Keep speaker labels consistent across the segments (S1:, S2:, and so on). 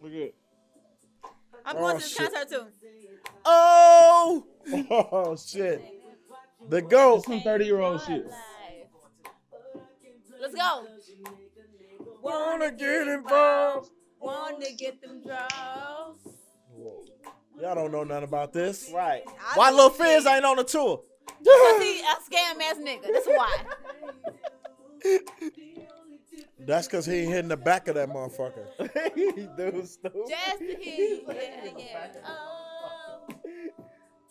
S1: forget.
S2: I'm going
S3: Oh,
S2: to this
S3: shit.
S2: concert too.
S3: Oh, oh shit. The goat.
S1: Some 30 year old shit.
S2: Let's go.
S3: Wanna get involved.
S2: Wanna get them draws.
S3: Y'all don't know nothing about this.
S1: Right.
S2: I
S3: Why
S2: don't
S3: Lil
S2: see it.
S3: Fizz ain't on the tour?
S2: Cause he a scam ass nigga. That's why.
S3: That's cause he ain't hitting the back of that motherfucker.
S1: Dude, stupid.
S2: Just he. Yeah, yeah. Oh.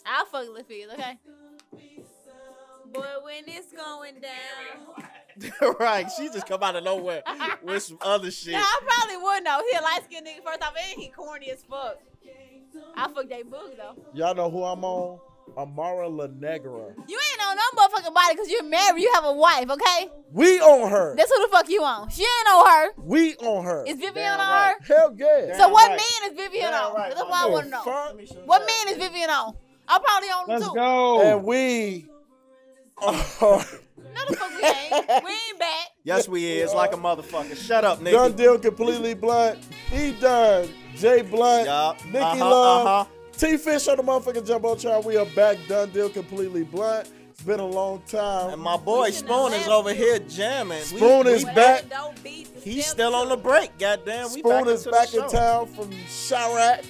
S2: I'll fuck Lil Fizz, okay? Boy, when it's going down.
S3: right. She just come out of nowhere with some other shit.
S2: Nah, I probably would know. He a light skinned nigga first off, and he corny as fuck. I fuck Jay Boog though.
S3: Y'all know who I'm on? Amara La Negra.
S2: You ain't on no motherfucking body because you're married. You have a wife, okay?
S3: We on her.
S2: That's who the fuck you on. She ain't on her.
S3: We on her.
S2: Is Vivian on
S1: Damn right.
S2: her?
S3: Hell yeah.
S2: So
S1: Damn
S2: what
S1: right.
S2: man is Vivian
S1: Damn
S2: on?
S1: right,
S2: That's
S1: my
S2: what I
S1: nigga.
S2: want to know.
S3: Fuck.
S2: What man is Vivian on? I'm probably on
S1: Let's
S2: too.
S3: And
S1: go.
S3: we. Oh.
S2: No the fuck we ain't. we ain't back.
S3: yes, we
S1: is, like a motherfucker.
S3: Shut up, nigga.
S1: Young
S3: Gun
S1: deal completely blunt. E Dunn, Jay Blunt,
S3: Yup.
S1: Nikki
S3: Uh-huh,
S1: Love,
S3: uh-huh.
S1: T Fish on the motherfucking Jumbo Child. We are back. Done deal completely blunt. It's been a long time.
S3: And my boy
S2: We should
S3: Spoon
S2: have
S3: is
S2: left.
S3: over here jamming. We-
S1: Spoon
S3: we
S1: is
S3: back-
S1: back.
S2: Dope beats is
S3: He's still on the
S2: good.
S3: break. Goddamn, we
S1: Spoon
S3: back
S1: is
S3: into
S1: back
S3: the
S1: in
S3: show.
S1: town from Chirac,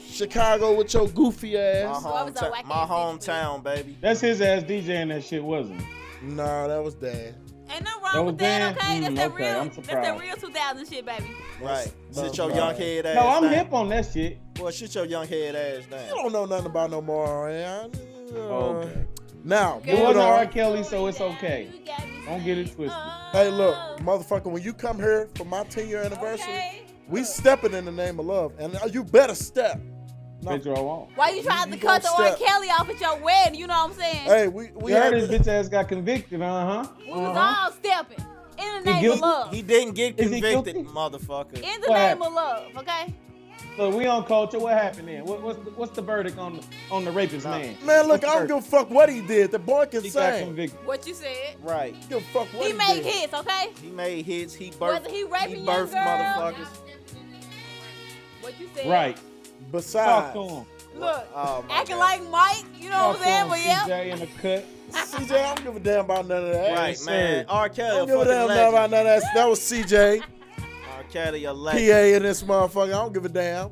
S1: Chicago with your goofy
S3: My,
S1: ass.
S2: Uh-huh. So I was a
S3: hometown,
S2: whack-ass
S3: my
S2: bitch,
S3: hometown, baby.
S4: That's his ass DJing that shit, wasn't it?
S1: Nah, that was dad.
S2: Ain't nothing
S4: That
S2: wrong
S4: was
S2: with that,
S4: then?
S2: okay? That's
S4: Mm,
S2: that
S4: okay,
S2: real.
S4: I'm
S2: That's that
S4: surprised.
S2: real 2000 shit, baby.
S3: Right. Sit
S1: That's
S3: your
S1: right.
S3: young head ass
S4: No, I'm
S3: down.
S4: hip on that shit.
S3: Boy, sit your young head ass
S1: You
S3: down.
S1: don't know nothing about no more. man. Uh,
S4: Okay.
S1: Now,
S4: It
S2: Okay.
S1: moving
S4: was
S1: on.
S4: R. Kelly, so it's okay.
S2: You got me
S4: Don't get it
S2: saying,
S4: twisted.
S2: oh,
S1: Hey, look, motherfucker, when you come here for my 10 year anniversary,
S2: Okay.
S1: we stepping in the name of love. And uh, you better step. No.
S4: Pedro Wong.
S2: Why you trying
S1: You
S2: to cut the
S1: gonna
S2: R.
S1: step.
S2: Kelly off at your wedding? You know what I'm saying?
S1: Hey, we, we
S4: You heard
S1: had-
S4: his bitch ass got convicted, uh huh.
S2: we was all stepping in
S4: He
S2: the name of
S4: guilty?
S2: love.
S3: He didn't get
S4: Is he
S3: convicted,
S4: guilty?
S3: motherfucker.
S2: in the
S4: What
S2: name of love, okay?
S4: So we on culture. What happened then? What, what's the, what's the verdict on the, on the rapist man?
S1: man, look,
S4: What's the
S1: I don't give a
S4: verdict?
S1: fuck what he did. The boy can
S4: He got
S1: sing.
S4: convicted.
S2: What you said.
S3: Right.
S1: Give a fuck what
S2: He
S1: he,
S2: made
S1: did.
S2: hits, okay?
S3: He made hits. He
S2: Whether
S3: birthed.
S2: he raping young
S3: birthed
S2: girl.
S3: motherfuckers.
S2: What you said.
S4: Right. Talk
S1: Besides,
S4: to him.
S2: Look,
S3: Oh, my
S2: acting
S3: God.
S2: like Mike, you know
S4: Talk
S2: what I'm saying?
S4: to
S2: But
S4: him.
S2: yeah.
S4: CJ in the cut.
S1: CJ, I don't give a damn about none of that.
S3: Right,
S4: Yes,
S3: man.
S4: sir.
S3: R.
S1: I
S3: Kelly, a
S1: don't give a
S3: fucking
S1: damn about
S3: legend.
S1: none of that. That was CJ,
S3: R. Kelly, a
S1: PA,
S3: legend.
S1: and this motherfucker. I don't give a damn.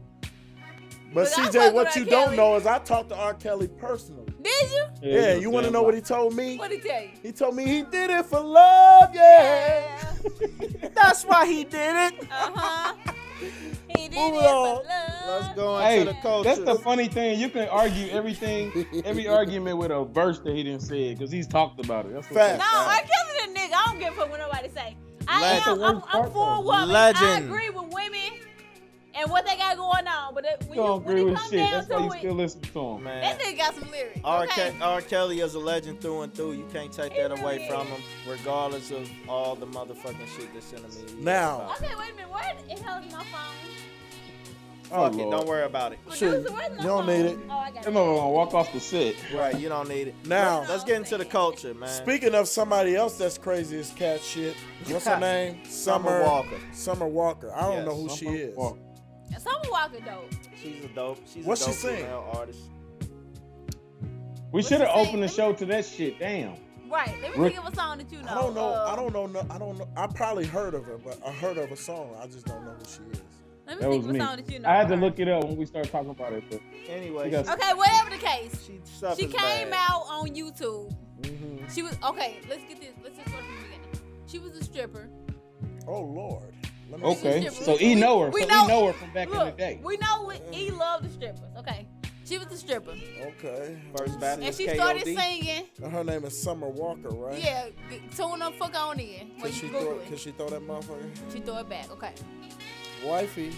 S1: But
S2: But I fuck
S1: CJ,
S2: with
S1: what
S2: R.
S1: you
S2: Kelly.
S1: don't know is I talked to R. Kelly personally.
S2: Did you?
S1: Yeah, you want to know what he told me?
S2: What'd he tell you?
S1: He told me he did it for love, yeah.
S2: Yeah.
S3: That's why he did it.
S2: Uh-huh. He did
S1: Moving
S2: it for
S1: on.
S2: love.
S3: Let's go
S4: Hey,
S3: into the culture.
S4: that's the funny thing. You can argue everything, every argument with a verse that he didn't say because he's talked about it. That's what's
S1: Fact.
S2: No, R. Kelly the nigga. I don't give a fuck what nobody say. I
S3: Legend.
S2: am. I'm, I'm for women. I
S3: Legend.
S2: agree with women and what they got going on. But it-
S4: You
S2: when you,
S4: don't
S2: when
S4: agree
S2: it
S4: with
S2: come
S4: shit.
S2: down
S4: That's why you
S2: to
S4: still
S2: it,
S4: listen to him.
S3: man.
S2: that nigga got some lyrics.
S3: R.
S2: okay?
S3: Ke- R. Kelly is a legend through and through. You can't take
S2: He
S3: that away
S2: really
S3: from
S2: is.
S3: him, regardless of all the motherfucking shit that's in the media.
S1: Now.
S3: About it.
S2: Okay, wait a minute. Where the hell is my phone?
S4: Oh,
S3: fuck it.
S4: Lord.
S3: Don't worry about it.
S1: Shit,
S2: Producer, where's my
S1: you don't
S2: phone?
S1: need it.
S2: Oh, I got
S4: That
S2: it.
S4: motherfucker gonna walk off the set.
S3: Right, you don't need it.
S1: Now-
S3: let's get into the culture, man.
S1: Speaking of somebody else that's crazy as cat shit, what's her name?
S3: Summer Walker.
S1: Summer Walker. I don't
S3: Yes,
S1: know who she
S4: Motherfucker
S1: is.
S4: walk.
S2: Summer Walker, though.
S3: She's a dope. She's
S1: What's
S3: a
S1: she
S3: dope
S1: sing?
S3: female artist.
S4: We
S2: What's
S4: should have
S2: his name?
S4: opened the show to that shit. Damn.
S2: Right. Let me
S4: Rick-
S2: think of a song that you know.
S1: I don't know.
S2: Uh,
S1: I don't know. No, I don't know. I probably heard of her, but I heard of a song. I just don't know who she is.
S2: Let
S4: That
S2: me think
S4: was
S2: of a
S4: me.
S2: song that you know.
S4: I had to look it up when we started talking about it. But
S3: Anyway,
S4: She got-
S2: Okay, whatever the case.
S3: she,
S2: She
S3: suffers
S2: came
S3: bad.
S2: out on YouTube.
S1: Mm-hmm.
S2: She was okay. Let's get this. Let's just start from the beginning. She was a stripper.
S1: Oh Lord. Let me see.
S4: okay,
S2: She-
S4: so E
S2: we-
S4: know her.
S2: we
S4: so
S2: know-
S4: E know her from back in the
S2: Look,
S4: day.
S2: we know we, E loved the strippers. Okay, she was a stripper,
S1: Okay.
S3: First Baptist.
S2: and
S3: It's
S2: she started
S3: KOD.
S2: singing.
S1: And her name is Summer Walker, right?
S2: Yeah, g- tune the fuck on in.
S1: Can
S2: When
S1: she
S2: you
S1: throw?
S2: Google
S1: Can
S2: it,
S1: she throw that motherfucker? Uh,
S2: she throw it back. Okay,
S1: Wifey.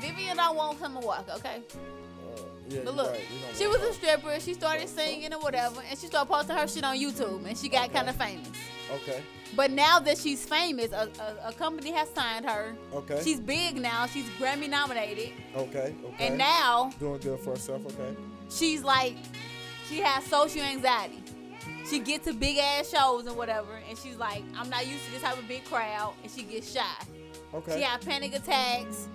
S2: Vivian don't want him to walk. Okay,
S1: Uh, yeah,
S2: but
S1: you
S2: look,
S1: right. You don't
S2: she
S1: want
S2: was a stripper. She started singing or whatever, and she started posting her shit on YouTube, and she got
S1: Okay.
S2: kind of famous.
S1: that. Okay.
S2: But now that she's famous, a, a, a company has signed her.
S1: Okay.
S2: She's big now. She's Grammy nominated,
S1: okay. Okay.
S2: and now
S1: doing good for herself. Okay.
S2: she's like she has social anxiety she get to big ass shows and whatever and she's like i'm not used to this type of big crowd and she gets shy
S1: Okay.
S2: she had panic attacks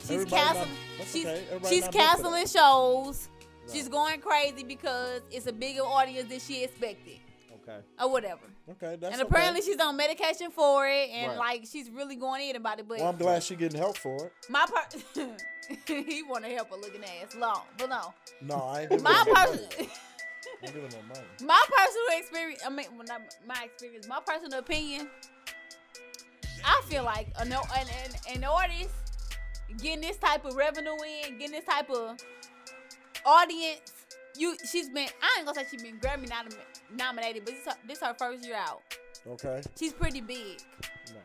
S2: She's
S1: Everybody not-
S2: canceling.
S1: that's
S2: She's
S1: okay. Everybody
S2: she's
S1: not built for that.
S2: canceling shows.
S1: No.
S2: She's going crazy because it's a bigger audience than she expected,
S1: Okay.
S2: or whatever.
S1: Okay. That's
S2: and apparently she's on medication for it, and
S1: Right.
S2: like she's really going in about it. But
S1: okay. Well, I'm glad she getting help for it.
S2: my part, he want to help her looking ass long, but no.
S1: No, I ain't giving
S2: My
S1: her no money.
S2: person,
S1: I ain't giving her no money.
S2: my personal experience. I mean, well, not my experience. My personal opinion. I feel like a no, an, an, an artist getting this type of revenue in, getting this type of audience. You, she's been. I ain't gonna say she's been Grammy nom- nominated, but this her, this her first year out.
S1: Okay.
S2: She's pretty big.
S1: No.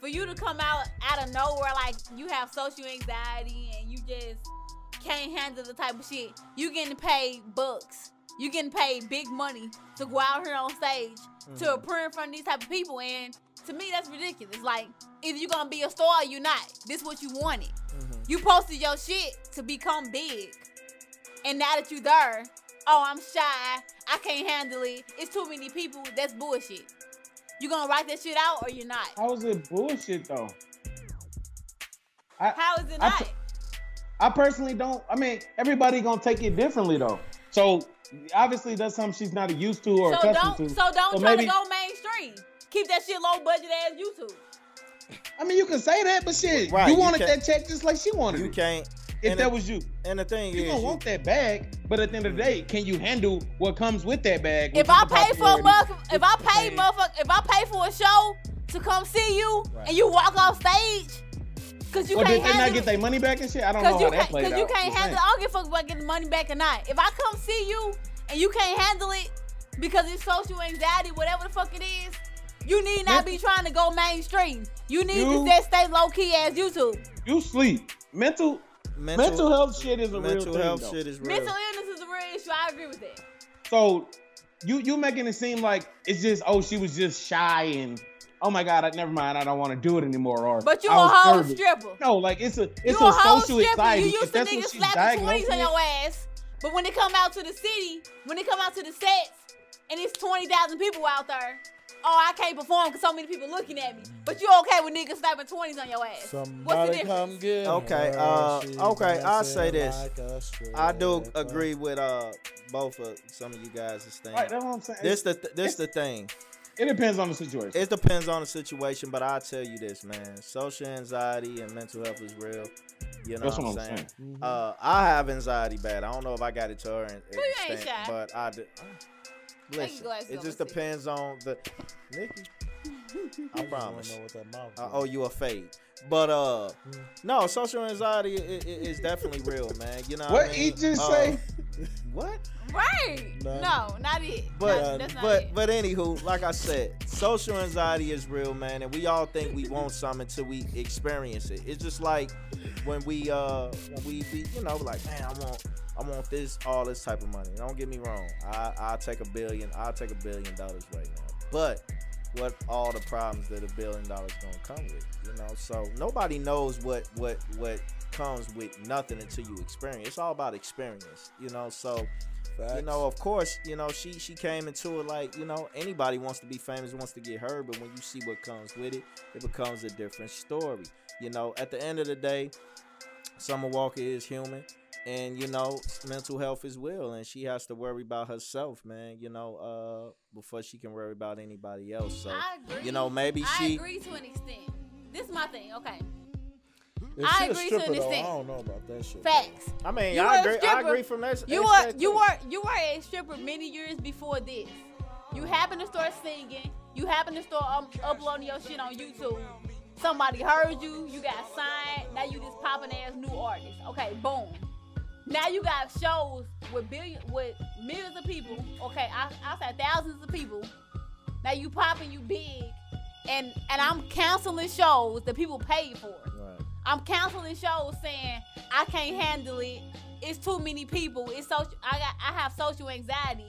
S2: for you to come out out of nowhere like you have social anxiety and you just can't handle the type of shit you getting paid bucks you getting paid big money to go out here on stage to appear in front of these type of people and to me that's ridiculous like if you gonna be a star or you not this what you wanted
S1: Mhm.
S2: you posted your shit to become big and now that you there oh i'm shy i can't handle it it's too many people that's bullshit you gonna write that shit out or you're not
S4: How is it bullshit though?
S2: how is it
S4: I
S2: not?
S4: pr- I personally don't. I mean, everybody gonna take it differently though. So obviously that's something she's not used to or
S2: so
S4: accustomed
S2: don't
S4: to.
S2: so don't
S4: So
S2: try
S4: maybe-
S2: to go mainstream. Keep that shit low budget ass YouTube.
S4: I mean, you can say that, but shit,
S3: Right,
S4: you
S3: you
S4: wanted
S3: can't-
S4: that check just like she wanted.
S3: You
S4: it.
S3: can't.
S4: If
S3: and
S4: that
S3: it-
S4: was you,
S3: And the thing
S4: you
S3: is,
S4: gonna want that bag. But at the end of the day, can you handle what comes with that bag? which
S2: If
S4: is
S2: I
S4: the
S2: pay for a
S4: popularity?
S2: muck, if I pay
S4: saying.
S2: motherfucker, if I pay for a show to come see you
S3: Right.
S2: and you walk off stage, cause you
S4: Or did
S2: can't
S4: they
S2: handle
S4: not get
S2: it.
S4: their money back and shit? I don't know
S2: Cause you
S4: how that
S2: can't,
S4: played
S2: cause
S4: out.
S2: you can't
S4: Just saying.
S2: handle. I don't give a fuck about getting money back or not. If I come see you and you can't handle it because it's social anxiety, whatever the fuck it is, you need
S4: Men-
S2: not be trying to go mainstream. You need
S4: You-
S2: to just stay low key as YouTube.
S4: You sleep. Mental mental, health shit is a real
S3: mental
S4: thing.
S3: health
S4: though.
S3: shit is real.
S2: Mental illness is a real issue. I agree with that.
S4: So you you making it seem like it's just oh she was just shy and oh my god I, never mind I don't want to do it anymore or
S2: But you a
S4: I was
S2: whole
S4: nervous.
S2: stripper.
S4: No, like it's a it's
S2: you
S4: a,
S2: a whole
S4: social
S2: stripper.
S4: anxiety.
S2: You
S4: If
S2: used to
S4: that's what
S2: niggas
S4: she's
S2: slapping twenties
S4: diagnosed
S2: on
S4: with,
S2: your ass. But when they come out to the city, when they come out to the sets, and it's twenty thousand people out there, oh I can't perform because so many people looking at me. But you okay with niggas slapping twenties on your ass? What's the
S1: Somebody
S2: difference?
S1: come get
S3: Okay,
S1: her.
S3: uh,
S1: She
S3: okay, I'll
S1: dancing
S3: say this.
S1: like a stripper.
S3: I do agree with uh both of some of you guys' thing.
S4: right, that's what I'm saying.
S3: this the th- this the thing.
S4: it depends on the situation.
S3: It depends on the situation, but I tell you this, man. Social anxiety and mental health is real. You know
S4: that's
S3: what I'm
S4: saying.
S3: saying?
S1: Mhm.
S3: Uh, I have anxiety bad. I don't know if I got it to her, and,
S2: Mm-hmm. you ain't shy.
S3: but I do. Listen,
S2: glasses
S3: it
S2: on, let's
S3: just
S2: see.
S3: depends on the Nikki. I promise.
S1: I just wanna know what that
S3: I
S1: mouth
S3: owe
S1: is.
S3: you a fade. But uh,
S1: Mm.
S3: no, social anxiety is, is definitely real, man. You know
S4: What
S3: I
S4: he
S3: mean?
S4: just
S3: Uh,
S4: say?
S3: What?
S2: Right?
S1: No.
S2: No, not it.
S3: But
S4: uh,
S3: uh,
S2: Not- that's not
S3: but
S2: it.
S3: but anywho, like I said, social anxiety is real, man, and we all think we want something until we experience it. It's just like when we uh when we be you know like man, I want I want this all this type of money. Don't get me wrong, I I take a billion, I take a billion dollars right now, but what all the problems that a billion dollars gonna come with, you know? So nobody knows what what what comes with nothing until you experience. It's all about experience, you know. So you
S1: Facts.
S3: know, of course, you know she she came into it like you know anybody wants to be famous, wants to get heard, but when you see what comes with it, it becomes a different story. You know, at the end of the day, Summer Walker is human, and you know mental health is well, and she has to worry about herself, man. You know, uh, before she can worry about anybody else. So
S2: I agree.
S3: you know, maybe
S2: I
S3: she
S2: agree to an extent. This is my thing. Okay,
S1: If
S2: I
S1: she a
S2: agree to
S1: stripper,
S2: an
S1: though, I
S2: extent.
S1: don't know about that shit.
S2: facts.
S3: I mean,
S2: You
S3: I
S2: were a
S3: agree. I
S2: stripper.
S3: agree from that.
S2: You were
S3: aspect,
S2: you
S3: too.
S2: were you were a stripper many years before this. You happen to start singing. You happen to start um, uploading your shit on YouTube. Somebody heard you. You got signed. Now you just popping ass new artist. Okay, boom. Now you got shows with billion with millions of people. Okay, I I said thousands of people. Now you popping. You big. And and I'm canceling shows that people paid for.
S3: Right.
S2: I'm canceling shows saying I can't handle it. It's too many people. It's social. I got. I have social anxiety.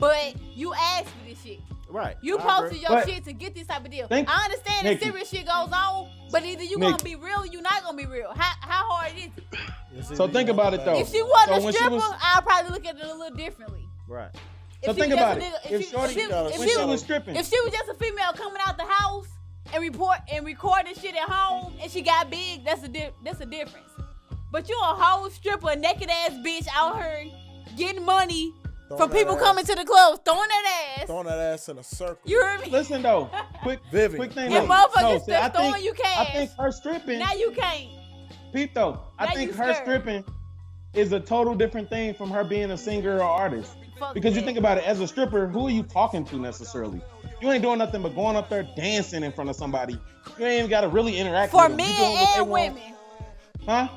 S2: But you asked for this shit.
S3: Right.
S2: You
S3: I
S2: posted
S3: agree.
S2: your
S4: But-
S2: shit to get this type of deal.
S4: Thank-
S2: I understand that
S4: Nikki.
S2: serious shit goes on, but either you gonna
S4: Nikki.
S2: be real, or you not gonna be real. How, how hard is it?
S1: Is
S4: So
S1: even
S4: think about it, though.
S2: If she wasn't
S4: Oh. So
S2: a
S4: when she
S2: stripper,
S4: was-
S2: I'd probably look at it a little differently.
S3: Right.
S4: So
S2: she
S4: think
S2: was
S4: about
S2: just a
S4: it.
S2: nigga-
S4: If
S2: If she-
S4: Shorty
S2: if she-
S1: got a-
S2: if
S4: when
S1: you-
S4: she
S2: she
S4: was stripping,
S2: if she was just a female coming out the house and report and recording shit at home and she got big, that's a di- that's a difference. But you a whole stripper, naked ass bitch out here getting money
S1: Throwing
S2: from
S1: that
S2: people
S1: ass-
S2: coming to the club, throwing that ass.
S1: throwing that ass in a circle.
S2: You hear me?
S4: Listen though, quick,
S1: Vivian.
S4: quick thing.
S2: You
S4: though.
S2: motherfuckers
S4: No,
S2: still
S4: I
S2: throwing
S4: think,
S2: you
S4: I
S2: cash.
S4: think her stripping.
S2: Now you can't.
S4: Peep though,
S2: Now
S4: I think
S2: you
S4: her
S2: scared.
S4: stripping is a total different thing from her being a singer or artist.
S2: Fuck
S4: Because you
S2: that.
S4: think about it, as a stripper, who are you talking to necessarily? You ain't doing nothing but going up there dancing in front of somebody. You ain't even got to really interact
S2: for
S4: with them.
S2: men
S4: You doing what they
S2: and
S4: want.
S2: women.
S4: huh?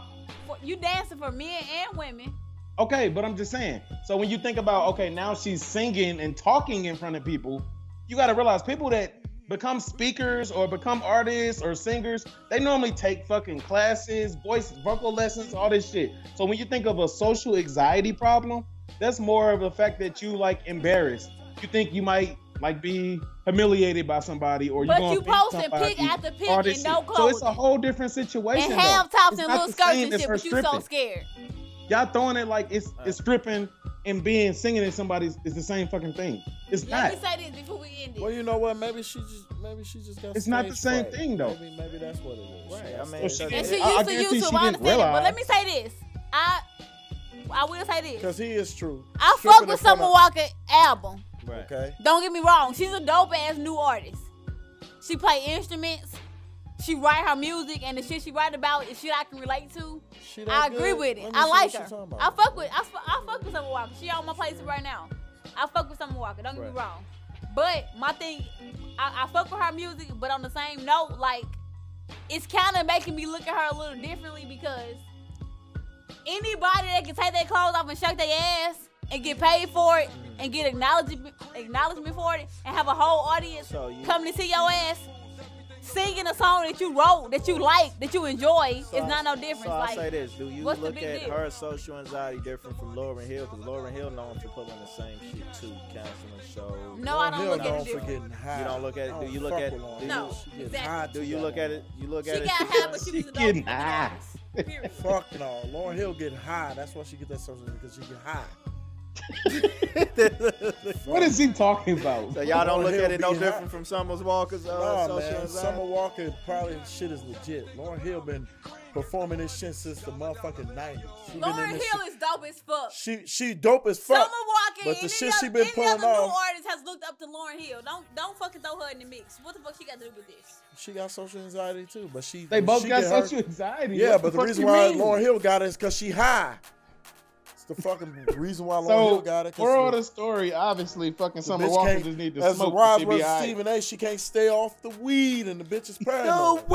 S2: For, you dancing for men and women.
S4: Okay, but I'm just saying. So when you think about okay, now she's singing and talking in front of people, you got to realize people that become speakers or become artists or singers, they normally take fucking classes, voice vocal lessons, all this shit. So when you think of a social anxiety problem, that's more of the fact that you like embarrassed. You think you might like be humiliated by somebody or you
S2: But
S4: gonna
S2: you
S4: pick
S2: posting pic
S4: somebody,
S2: after pic
S4: all this
S2: and no
S4: shit. So it's a
S2: clothing.
S4: whole different situation.
S2: And
S4: though.
S2: half tops
S4: It's
S2: and
S4: not
S2: little
S4: the
S2: skirts
S4: same
S2: and
S4: as
S2: shit,
S4: her
S2: but you so
S4: stripping.
S2: scared.
S4: Y'all throwing it like it's it's stripping and being singing in somebody's is the same fucking thing. It's
S2: Let
S4: not.
S2: me say this before we end it.
S1: Well, you know what? Maybe she just maybe she just got.
S4: It's not the
S1: stage
S4: same
S1: fright.
S4: thing, though.
S1: Maybe, maybe that's what it is.
S3: Right,
S1: She
S3: I
S1: got
S3: mean,
S1: stage
S2: and
S1: fright.
S2: she
S4: I- I
S2: used to
S4: guarantee she
S2: YouTube. I
S4: didn't
S2: understand it, but
S4: realize.
S2: let me say this. I I will say this.
S1: Cause he is true.
S2: I
S1: Stripping
S2: fuck
S1: in
S2: with
S1: front
S2: Summer
S1: of-
S2: Walker album.
S3: Right.
S1: Okay.
S2: Don't get me wrong. She's a dope ass new artist. She play instruments. She write her music and the shit she write about is shit I can relate to.
S1: She that
S2: I agree
S1: good?
S2: with it.
S1: Let me
S2: I
S1: see
S2: like
S1: what she
S2: her.
S1: talking about.
S2: I fuck with I, fu- I fuck with Summer Walker. She on my playlist right now. I fuck with Summer Walker. Don't get
S3: Right.
S2: me wrong. But my thing, I, I fuck with her music. But on the same note, like it's kind of making me look at her a little differently because anybody that can take their clothes off and shake their ass and get paid for it and get acknowledgement acknowledgement for it and have a whole audience
S3: So you-
S2: come to see your ass singing a song that you wrote that you like that you enjoy
S3: So
S2: it's not no
S3: I-
S2: difference
S3: So
S2: like
S3: I say this: Do you
S2: what's the
S3: look
S2: big
S3: at
S2: deal?
S3: her social anxiety different from Lauren Hill? Because Lauren Hill known for pulling the same shit too, counseling shows.
S2: No, I don't
S1: Hell
S2: look
S1: no,
S2: at
S1: I'm
S2: it different.
S1: forgetting high.
S3: You don't look at it-
S1: I
S3: do
S1: don't
S3: you look
S1: fuck
S3: at-
S1: with
S3: do
S1: Lauren
S3: you-
S2: No,
S1: She gets
S2: exactly.
S1: high
S3: Do
S1: too
S3: you look
S1: goddamn.
S3: at it? You look
S2: She
S3: at it.
S2: got high, but she was
S4: She
S2: a dog.
S4: getting high.
S2: Period.
S1: Fuck no, Lauren Hill get high. That's why she get that social because she get high.
S4: What is he talking about?
S3: so y'all don't
S1: Lauryn
S3: look
S1: Hill
S3: at it no
S1: be high.
S3: different from Summer's Walker's uh,
S1: Nah,
S3: social
S1: man.
S3: anxiety.
S1: Summer Walker probably shit is legit. Lauren Hill been performing this shit since the motherfucking nineties. She been
S2: Lauren
S1: in this
S2: Hill
S1: shit-
S2: is dope as fuck.
S1: she she dope as fuck.
S2: Summer Walker,
S1: But the
S2: any
S1: shit
S2: other,
S1: she been
S2: any
S1: pulling
S2: other new
S1: off-
S2: artist has looked up to Lauren Hill. Don't don't fucking throw her in the mix. What the fuck she got to do with this?
S1: She got social anxiety too, but she
S4: They both
S1: she
S4: got
S1: get her-
S4: social anxiety.
S1: Yeah,
S4: What
S1: but the,
S4: fuck
S1: reason
S4: you
S1: why
S4: mean?
S1: Lauren Hill got it is because she high. It's the fucking reason why Lauren Hill
S4: So
S1: got it. 'cause
S4: moral of
S1: the-
S4: the story, obviously, fucking
S1: the
S4: Summer
S1: bitch
S4: Walker
S1: can't-
S4: just need to
S1: as
S4: smoke.
S1: the
S4: to
S1: wise
S4: be
S1: word
S4: all right.
S1: Stephen A, she can't stay off the weed, and the bitch is
S3: The
S1: paranoid.
S4: Stay off the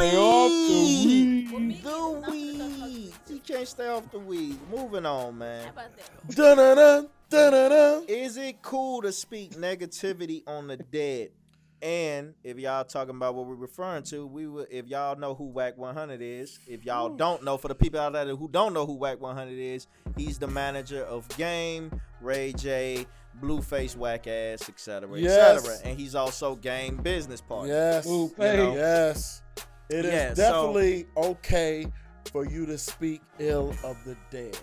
S4: weed.
S3: weed.
S2: Well, me,
S3: The
S2: I'm finna go talk to
S3: weed.
S2: you.
S3: You can't stay off the weed. Moving on, man.
S2: How about that?
S1: Dun-dun-dun, dun-dun-dun.
S3: Is it cool to speak negativity on the dead? And if y'all talking about what we're referring to, we will. If y'all know who Whack 100 is, if y'all don't know, for the people out there who don't know who Whack 100 is, he's the manager of Game, Ray J, Blueface, Whack Ass, etc.,
S1: Yes.
S3: etc. And he's also Game business partner.
S1: Yes.
S4: Ooh, hey.
S3: know.
S1: Yes. It is
S3: Yeah, so-
S1: definitely okay for you to speak ill of the dead.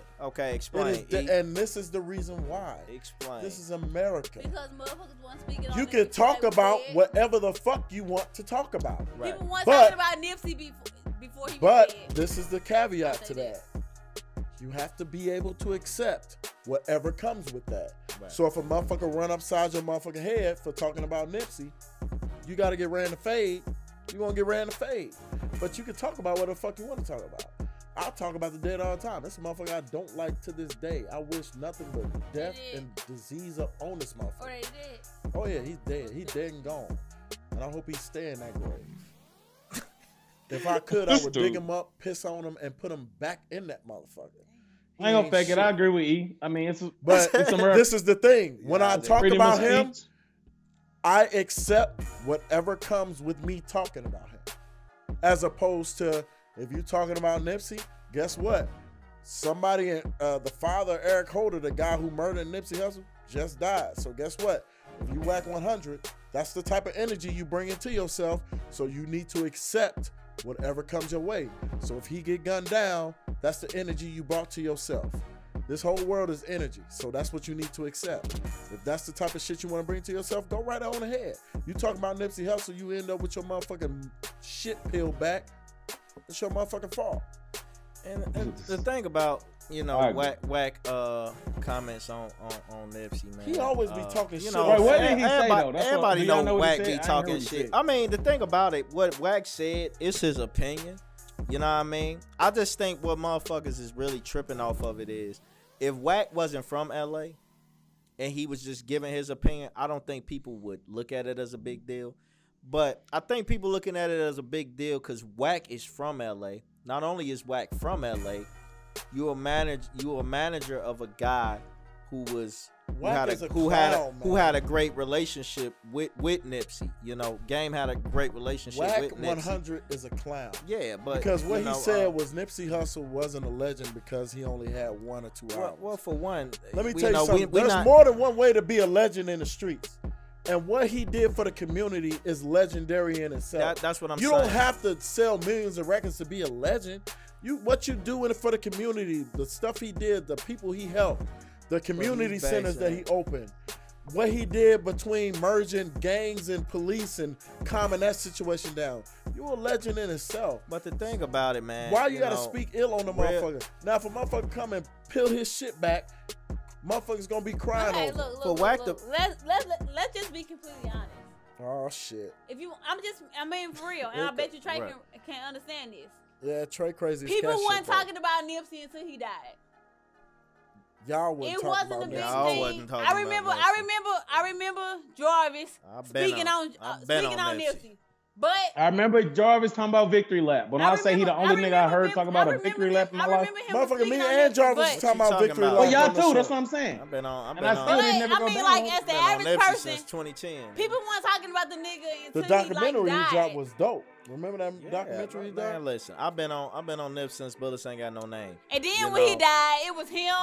S1: It
S3: Okay,
S1: is
S3: explain.
S1: de-
S3: E-
S1: and this is the reason why.
S3: explain.
S1: This is America.
S2: Because motherfuckers want to speak it on
S1: You
S2: the
S1: can
S2: bitch
S1: talk
S2: like
S1: about
S2: Red.
S1: whatever the fuck you want to talk about.
S3: right.
S2: People want
S1: But-
S2: talking about Nipsey before, before he
S1: But
S2: was dead.
S1: this is the caveat
S2: Say
S1: to that.
S2: this.
S1: You have to be able to accept whatever comes with that.
S3: Right.
S1: So if a motherfucker run upside your motherfucking head for talking about Nipsey, you gotta get ran to fade. You gonna get ran to fade. But you can talk about what the fuck you want to talk about. I talk about the dead all the time. This motherfucker I don't like to this day. I wish nothing but death
S2: Yeah.
S1: and disease are on this
S2: Or
S1: motherfucker.
S2: they did.
S1: Oh yeah, he's dead. He's dead and gone. And I hope he's staying that grave. if I could, I
S4: This
S1: would
S4: dude.
S1: dig him up, piss on him, and put him back in that motherfucker. He
S4: I ain't gonna fake
S1: shit.
S4: it. I agree with E. I mean, it's
S1: But
S4: it's America.
S1: this is the thing. When I
S3: Yeah,
S1: talk
S4: Freedom of
S1: about him,
S4: speech.
S1: I accept whatever comes with me talking about him. As opposed to if you're talking about Nipsey, guess what? Somebody, in- uh, the father of Eric Holder, the guy who murdered Nipsey Hussle, just died. So guess what? If you whack 100, that's the type of energy you bring into yourself. So you need to accept whatever comes your way. So if he get gunned down, that's the energy you brought to yourself. This whole world is energy, so that's what you need to accept. If that's the type of shit you want to bring to yourself, go right on ahead. You talk about Nipsey Hussle, you end up with your motherfucking shit peeled back. It's your motherfucking fault.
S3: And, and the thing about you know
S4: I agree.
S3: whack whack uh comments on on, on Nipsey man.
S1: He always be
S3: uh,
S1: talking
S3: you
S1: shit.
S3: Know,
S1: Wait,
S4: what did he say,
S3: everybody,
S4: though? That's what-
S3: everybody
S4: do y'all
S3: know,
S4: know what he said?
S3: Whack be
S4: I
S3: talking
S4: ain't heard what he
S3: shit.
S4: said.
S3: I mean, the thing about it, what Whack said, it's his opinion. You know what I mean? I just think what motherfuckers is really tripping off of it is if Whack wasn't from LA and he was just giving his opinion, I don't think people would look at it as a big deal. But I think people looking at it as a big deal because Whack is from LA. Not only is Whack from LA, you a manage you a manager of a guy who was who
S1: Whack
S3: had
S1: is
S3: a,
S1: a
S3: who had a,
S1: clown,
S3: who
S1: man.
S3: had a great relationship with with Nipsey. You know, Game had a great relationship
S1: Whack
S3: with Nipsey.
S1: 100 is a clown.
S3: Yeah, but
S1: Because what
S3: you know,
S1: he said
S3: uh,
S1: was Nipsey Hussle wasn't a legend because he only had one or two
S3: well,
S1: albums.
S3: well, for one,
S1: Let me
S3: we
S1: tell you
S3: know,
S1: something.
S3: We, we
S1: There's
S3: not,
S1: more than one way to be a legend in the streets, and what he did for the community is legendary in itself.
S3: That, that's what I'm
S1: you
S3: saying.
S1: don't have to sell millions of records to be a legend. You what you do in it for the community, the stuff he did, the people he helped, the community
S3: basing
S1: centers that he
S3: it.
S1: opened, what he did between merging gangs and police and calming that situation down. You're a legend in itself.
S3: But the thing about it, man,
S1: Why you, gotta
S3: know,
S1: speak ill on the
S3: real-
S1: motherfucker? Now if a motherfucker come and peel his shit back, motherfucker's gonna be crying
S2: Okay,
S1: over. it.
S2: look, look,
S3: For
S2: look,
S3: Whack
S2: look. Let's, let's, let's just be completely honest.
S1: Oh shit.
S2: If you, I'm just, I mean, for real, and I bet you Trey
S3: Right.
S2: can, can understand this.
S1: Yeah, Trey crazy. as
S2: People
S1: cat shit,
S2: weren't
S1: bro.
S2: talking about Nipsey until he died.
S1: Y'all wasn't
S2: It
S1: talking
S2: wasn't
S1: about
S2: a big
S1: that.
S3: Y'all
S2: thing.
S3: wasn't
S2: I
S3: talking about
S2: remember,
S3: Nipsey.
S2: I remember, I remember Jarvis
S3: I've been
S2: speaking on, uh,
S3: I've been
S2: speaking on
S3: Nipsey.
S2: Nipsey, but
S4: I remember Jarvis talking about victory lap. When I, say he the only nigga I heard talk about
S2: a
S4: a victory lap in my life.
S1: Motherfucker, me and Jarvis was
S3: But-
S1: talking about
S3: Talking
S1: victory.
S3: about-
S1: lap
S4: Well, Oh, y'all
S1: on the
S4: too.
S1: show.
S4: That's what I'm saying.
S3: I've been on. I've
S4: And
S3: been
S4: I
S3: on.
S4: still
S2: But
S4: didn't never
S2: I
S4: go
S2: mean,
S4: down.
S2: like as the
S3: been on
S2: average
S3: Nipsey
S2: person,
S3: since 2010.
S2: people weren't talking about the nigga
S1: The
S2: until
S1: documentary
S2: he like
S1: he
S2: died.
S1: dropped was dope. Remember that
S3: Yeah,
S1: documentary he
S3: man,
S1: dropped?
S3: listen, I've been on. I've been on Nip since Bullets ain't got no name.
S2: and then
S3: you
S2: when he
S3: know.
S2: died, it was him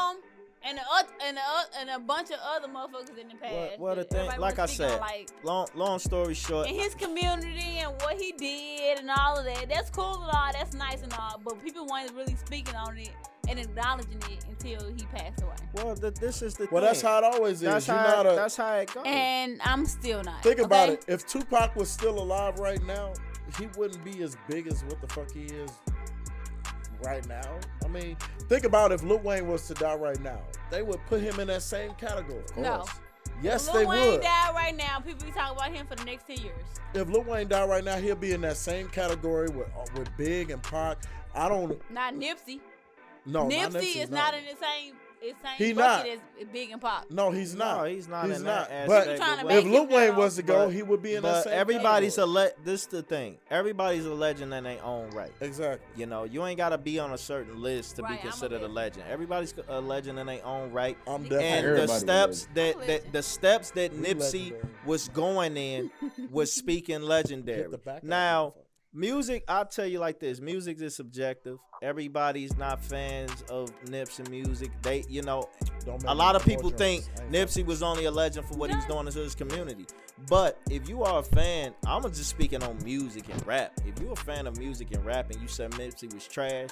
S2: and the oth- and the oth- and a bunch of other motherfuckers in the past.
S3: What, what the
S2: that
S3: thing?
S2: everybody
S3: Like I
S2: was speaking
S3: said,
S2: on, like
S3: long long story short,
S2: in his community and what he did and all of that. That's cool and all. That's nice and all. But people weren't really speaking on it and acknowledging it until he passed away.
S3: well, th- this is the
S1: Well,
S3: thing.
S1: that's how it always is.
S3: That's
S1: You're
S3: how.
S1: not a,
S3: that's how it goes.
S2: And I'm still not.
S1: think about
S2: okay?
S1: it. If Tupac was still alive right now, he wouldn't be as big as what the fuck he is right now. I mean, think about if Lil Wayne was to die right now, they would put him in that same category.
S2: No.
S1: Yes,
S2: Lil
S1: they
S2: Wayne
S1: would.
S2: died right now. People be talking about him for the next ten years.
S1: If Lil Wayne died right now, he'll be in that same category with uh, with Big and Pac. I don't.
S2: Not Nipsey.
S1: No,
S2: Nipsey,
S1: not Nipsey
S2: is
S1: no.
S2: not in the same the same
S1: He
S2: bucket as Big and Pop.
S1: No, he's not.
S3: No, he's not
S1: He's
S3: in
S1: not.
S3: that
S1: But
S3: aspect.
S2: Trying to
S3: but
S1: if
S2: make
S1: Lil
S2: it
S1: Wayne
S2: now.
S1: was to go,
S3: But-
S1: he would be in that
S3: but
S1: same.
S3: everybody's a
S1: category.
S3: le- This the thing. Everybody's a legend in their own right.
S1: exactly.
S3: You know, you ain't gotta be on a certain list to
S2: Right, I'm
S3: be
S2: a
S3: considered a
S2: legend.
S3: legend. Everybody's a legend in their own right.
S1: I'm
S3: and
S1: definitely.
S3: the
S4: Everybody
S3: steps
S2: I'm
S3: that,
S2: a
S3: that
S2: legend.
S3: the steps that
S1: We
S3: Nipsey
S1: legendary.
S3: was going in was speaking legendary.
S1: Hit the back of that
S3: Now,
S1: motherfucker.
S3: music, I'll tell you like this: music is subjective. Everybody's not fans of Nipsey music. They, you know,
S1: Don't
S3: a
S1: make
S3: lot
S1: no
S3: of people
S1: more
S3: think
S1: jokes. I ain't
S3: Nipsey was only a legend for what he was doing to his community. But if you are a fan, I'm just speaking on music and rap. If you're a fan of music and rap and you said Nipsey was trash,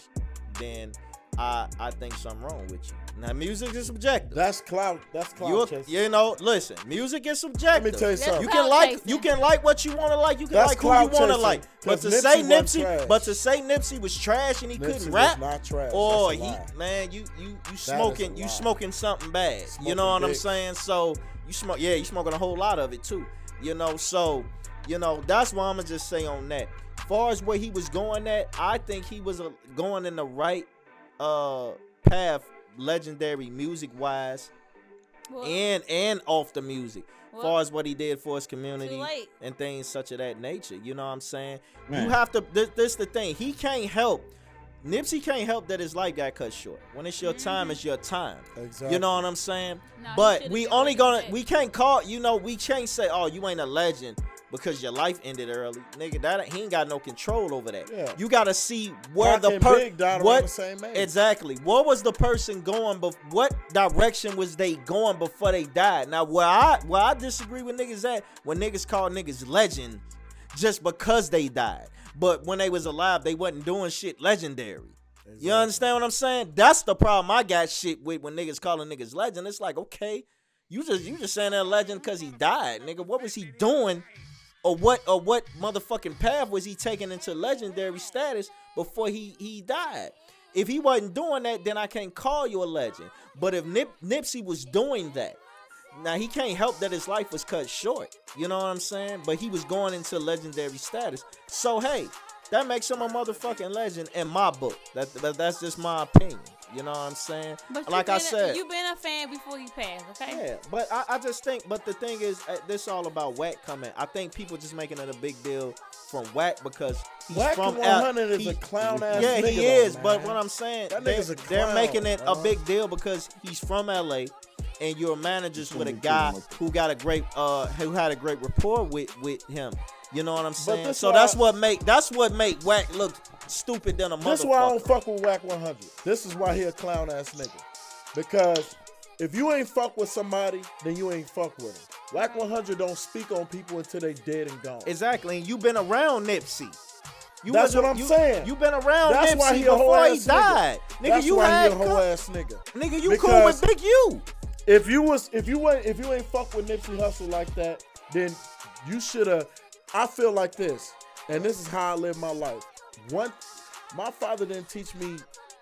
S3: then I I think something wrong with you. Now, music is subjective.
S1: That's clout. That's
S3: You,
S1: clout. chasing.
S3: you know, listen, music is
S1: Let me
S3: subjective.
S1: tell you
S2: That's
S1: something.
S3: You
S2: clout
S3: can like
S2: chasing.
S3: you can like what you want to like. You can
S1: That's
S3: like who you
S1: clout
S3: want to
S1: chasing,
S3: like. But
S1: 'cause
S3: to
S1: Nipsey
S3: say
S1: wasn't trash.
S3: Nipsey, but to say Nipsey was trash and he
S1: Nipsey was
S3: couldn't rap,
S1: Not trash.
S3: Oh,
S1: That's a
S3: he
S1: lie.
S3: man, you you you
S1: a
S3: smoking
S1: lie.
S3: you smoking something bad. you
S1: Smoking
S3: know what I'm
S1: dick.
S3: saying? So you smoke, yeah, you smoking a whole lot of it too. You know, so you know that's why I'ma just say on that. Far as where he was going at, I think he was uh, going in the right uh path, legendary music wise,
S2: Well,
S3: and and off the music.
S2: well,
S3: far as what he did for his community
S2: too late.
S3: and things such of that nature. You know what I'm saying?
S4: Man.
S3: You have to. This, this the thing. He can't help. Nipsey can't help that his life got cut short. When it's your time, it's your time.
S1: Exactly.
S3: You know what I'm saying?
S2: Mm-hmm. Nah, he
S3: but
S2: should've
S3: we
S2: been
S3: only
S2: doing
S3: gonna
S2: that.
S3: we can't call you know we can't say oh you ain't a legend because your life ended early, nigga. That ain't- he ain't got no control over that.
S1: Yeah.
S3: You gotta see where
S1: Pac
S3: the
S1: and Big died around
S3: per- what
S1: the same age.
S3: exactly what was the person going? But what direction was they going before they died? Now where I where I disagree with niggas at when niggas call niggas legend just because they died, but when they was alive they wasn't doing shit legendary. You understand what I'm saying? That's the problem I got shit with when niggas calling niggas legend. It's like, okay, you just you just saying that legend because he died, nigga. What was he doing, or what or what motherfucking path was he taking into legendary status before he he died? If he wasn't doing that, then I can't call you a legend. But if Nip- Nipsey was doing that, now he can't help that his life was cut short. You know what I'm saying? But he was going into legendary status. So hey, that makes him a motherfucking legend in my book. That, that that's just my opinion. You know what I'm saying?
S2: But you
S3: like
S2: been
S3: I
S2: a-
S3: said,
S2: you been a fan before you passed, okay?
S3: yeah, but I, I just think, but the thing is, uh, this all about Wack coming. I think people just making it a big deal from Wack because he's
S1: Wack
S3: from
S1: 100 is
S3: he-
S1: a clown ass
S3: Yeah,
S1: nigga
S3: he
S1: though,
S3: is. But
S1: man.
S3: what I'm saying,
S1: That
S3: they,
S1: nigga's a
S3: they're
S1: clown,
S3: making it
S1: bro.
S3: a big deal because he's from LA, and you're managers with a guy who got a great, uh, who had a great rapport with with him. You know what I'm saying?
S1: this
S3: So
S1: why-
S3: that's what make that's what make Wack look stupid than a motherfucker.
S1: This is why I don't fuck with Whack 100. This is why he a clown ass nigga. Because if you ain't fuck with somebody, then you ain't fuck with him. Whack 100 don't speak on people until they dead and gone.
S3: Exactly, and you've been around Nipsey. You
S1: That's
S3: was-
S1: what I'm
S3: you-
S1: saying.
S3: You've been around
S1: That's
S3: Nipsey
S1: why he a whole
S3: before he
S1: ass nigga.
S3: died. Nigga,
S1: That's
S3: you
S1: why
S3: had
S1: he a whole
S3: co-
S1: ass nigga.
S3: nigga, you cool
S1: Because-
S3: with Big U.
S1: If you was if you went if you ain't fuck with Nipsey Hustle like that, then you shoulda. I feel like this, and this is how I live my life. One, my father didn't teach me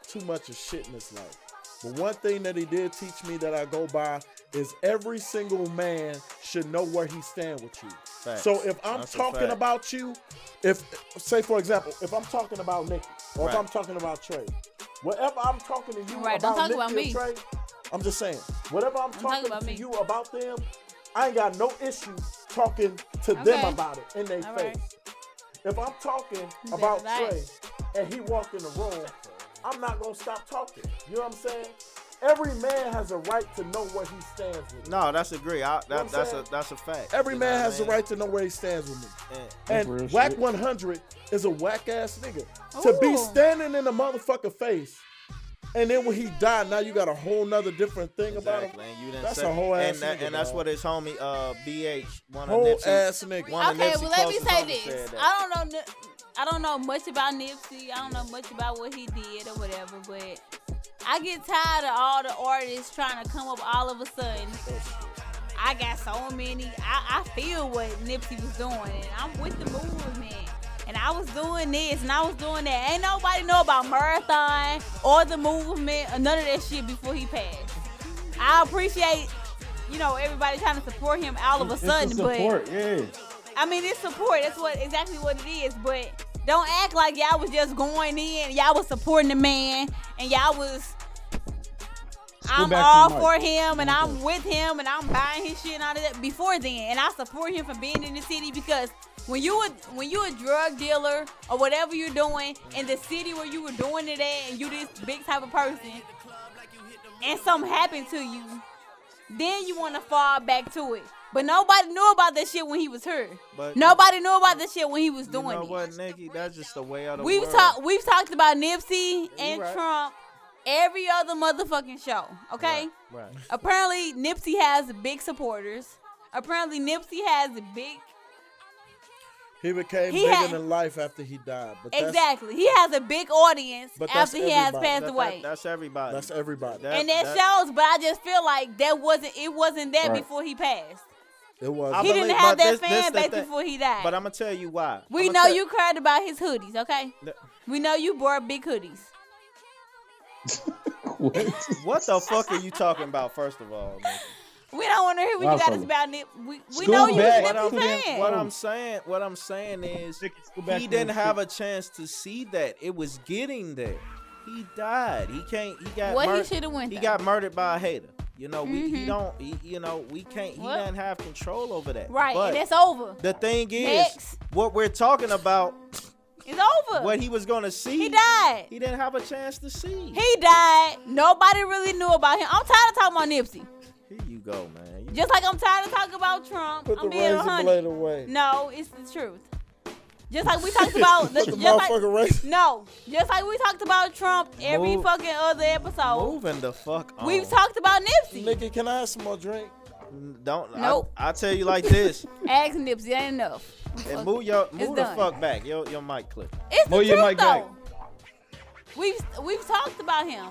S1: too much of shit in this life, but one thing that he did teach me that I go by is every single man should know where he stand with you.
S3: Facts.
S1: So if I'm
S3: That's a
S1: talking
S3: fact.
S1: about you, if say for example, if I'm talking about Nicky or
S3: Right.
S1: if I'm talking about Trey, whatever I'm talking to you
S2: Right, don't
S1: about,
S2: talk about
S1: Nicki or
S2: me.
S1: Trey, I'm just saying, whatever I'm
S2: talking
S1: talking
S2: about
S1: to
S2: me.
S1: you about them, I ain't got no issue talking to
S2: Okay.
S1: them about it in their
S2: All
S1: face.
S2: right.
S1: If I'm talking
S2: Then
S1: about Trey
S2: relax.
S1: and he walked in the room, I'm not gonna stop talking. You know what I'm saying? Every man has a right to know where he stands with. me.
S3: No, that's a great. I,
S1: know what
S3: that,
S1: I'm
S3: that's a
S1: saying?
S3: that's a fact.
S1: Every
S3: You know
S1: man
S3: what I
S1: has the
S3: mean?
S1: right to know where he stands with me.
S3: Yeah.
S4: That's real
S1: And Whack
S4: shit.
S1: 100 is a whack ass nigga. To be
S2: Ooh.
S1: standing in the motherfucker face, and then when he died, now you got a whole nother different thing about
S3: Exactly.
S1: him.
S3: And you didn't
S1: That's
S3: say,
S1: a whole ass
S3: and, that-
S1: nigga,
S3: and that's
S1: dog.
S3: what his homie uh BH one
S1: Whole
S3: of Nipsey,
S1: ass nigga.
S3: One of
S2: okay,
S3: Nipsey
S2: well let me
S3: closest
S2: say
S3: homies said
S2: this.
S3: that.
S2: I don't know. Nip- I don't know much about Nipsey. I don't know much about what he did or whatever. But I get tired of all the artists trying to come up all of a sudden. I got so many. I, I feel what Nipsey was doing, and I'm with the movement. And I was doing this, and I was doing that. Ain't nobody know about marathon or the movement or none of that shit before he passed. I appreciate, you know, everybody trying to support him all of a
S4: It's the
S2: sudden, but
S4: support, yeah.
S2: I mean, it's support. That's what exactly what it is. But don't act like y'all was just going in. Y'all was supporting the man, and y'all was. I'm
S4: back to
S2: all
S4: the mic.
S2: for him, and I'm with him, and I'm buying his shit and all of that. Before then, and I support him for being in the city because when you were when you a drug dealer or whatever you're doing in the city where you were doing it at, and you this big type of person, and something happened to you, then you want to fall back to it. But nobody knew about that shit when he was hurt.
S3: But-
S2: nobody knew about that shit when he was
S3: You
S2: doing
S3: know
S2: it.
S3: what, Nikki? That's just the way out of
S2: We've
S3: world.
S2: talked we've talked about Nipsey and
S3: right.
S2: Trump every other motherfucking show. Okay?
S3: Right, right.
S2: Apparently Nipsey has big supporters. Apparently Nipsey has big
S1: He became
S2: He
S1: bigger
S2: had-
S1: than life after he died. But that's,
S2: Exactly. He has a big audience
S1: But that's
S2: after he has
S1: everybody.
S2: passed
S3: That- that-
S2: away.
S3: that's everybody.
S1: that's everybody.
S3: That-
S2: and that,
S3: that-
S2: shows, but I just feel like that wasn't it wasn't that
S4: Right.
S2: before he passed.
S1: it was.
S3: I
S2: He didn't
S3: believe-
S2: have
S3: but
S2: that
S3: this- this
S2: fan
S3: the
S2: base
S3: thing.
S2: before he died.
S3: But I'm gonna tell you why.
S2: we
S3: I'ma
S2: know
S3: tell-
S2: you cried about his hoodies, okay?
S3: Th-
S2: We know you bore big hoodies.
S4: What?
S3: What the fuck are you talking about? First of all, Nikki?
S2: We don't want to hear what you
S4: Wow,
S2: got
S4: fella.
S2: us about. Nip. We, we
S4: Scoot
S2: know you was
S4: back.
S3: what, I'm,
S2: Nipsey fan.
S3: what I'm saying, what I'm saying is,
S4: Nicky, go back
S3: he
S4: to
S3: didn't
S4: the
S3: have a chance to see that. It was getting there. He died. He can't. He got.
S2: What he
S3: mur-
S2: shoulda went
S3: He
S2: though.
S3: got murdered by a hater. You know, we he
S2: Mhm.
S3: don't. He, you know, we can't. He
S2: Well.
S3: doesn't have control over that.
S2: right,
S3: But
S2: and it's over.
S3: the thing is,
S2: Next.
S3: what we're talking about,
S2: It's over.
S3: what he was gonna see,
S2: he died.
S3: He didn't have a chance to see.
S2: He died. Nobody really knew about him. I'm tired of talking about Nipsey.
S3: Here you go, man. You-
S2: Just like I'm tired of talking about Trump.
S1: Put the
S2: I'm being a
S1: razor blade
S2: hundred.
S1: away.
S2: No, it's the truth. Just like we talked about.
S1: Put
S2: the,
S1: the
S2: just
S1: motherfucker
S2: like,
S1: razor.
S2: no, just like we talked about Trump every
S3: Move.
S2: fucking other episode.
S3: Moving the fuck on.
S2: We've talked about Nipsey.
S1: Nigga, can I have some more drink?
S3: Don't. I-
S2: Nope.
S3: I, tell you like this,
S2: Ask Nipsey ain't enough.
S3: and move your move the
S2: done.
S3: fuck back. Your your mic clip.
S2: It's the
S4: Move your
S2: truth
S4: mic back.
S2: though. We've we've talked about him.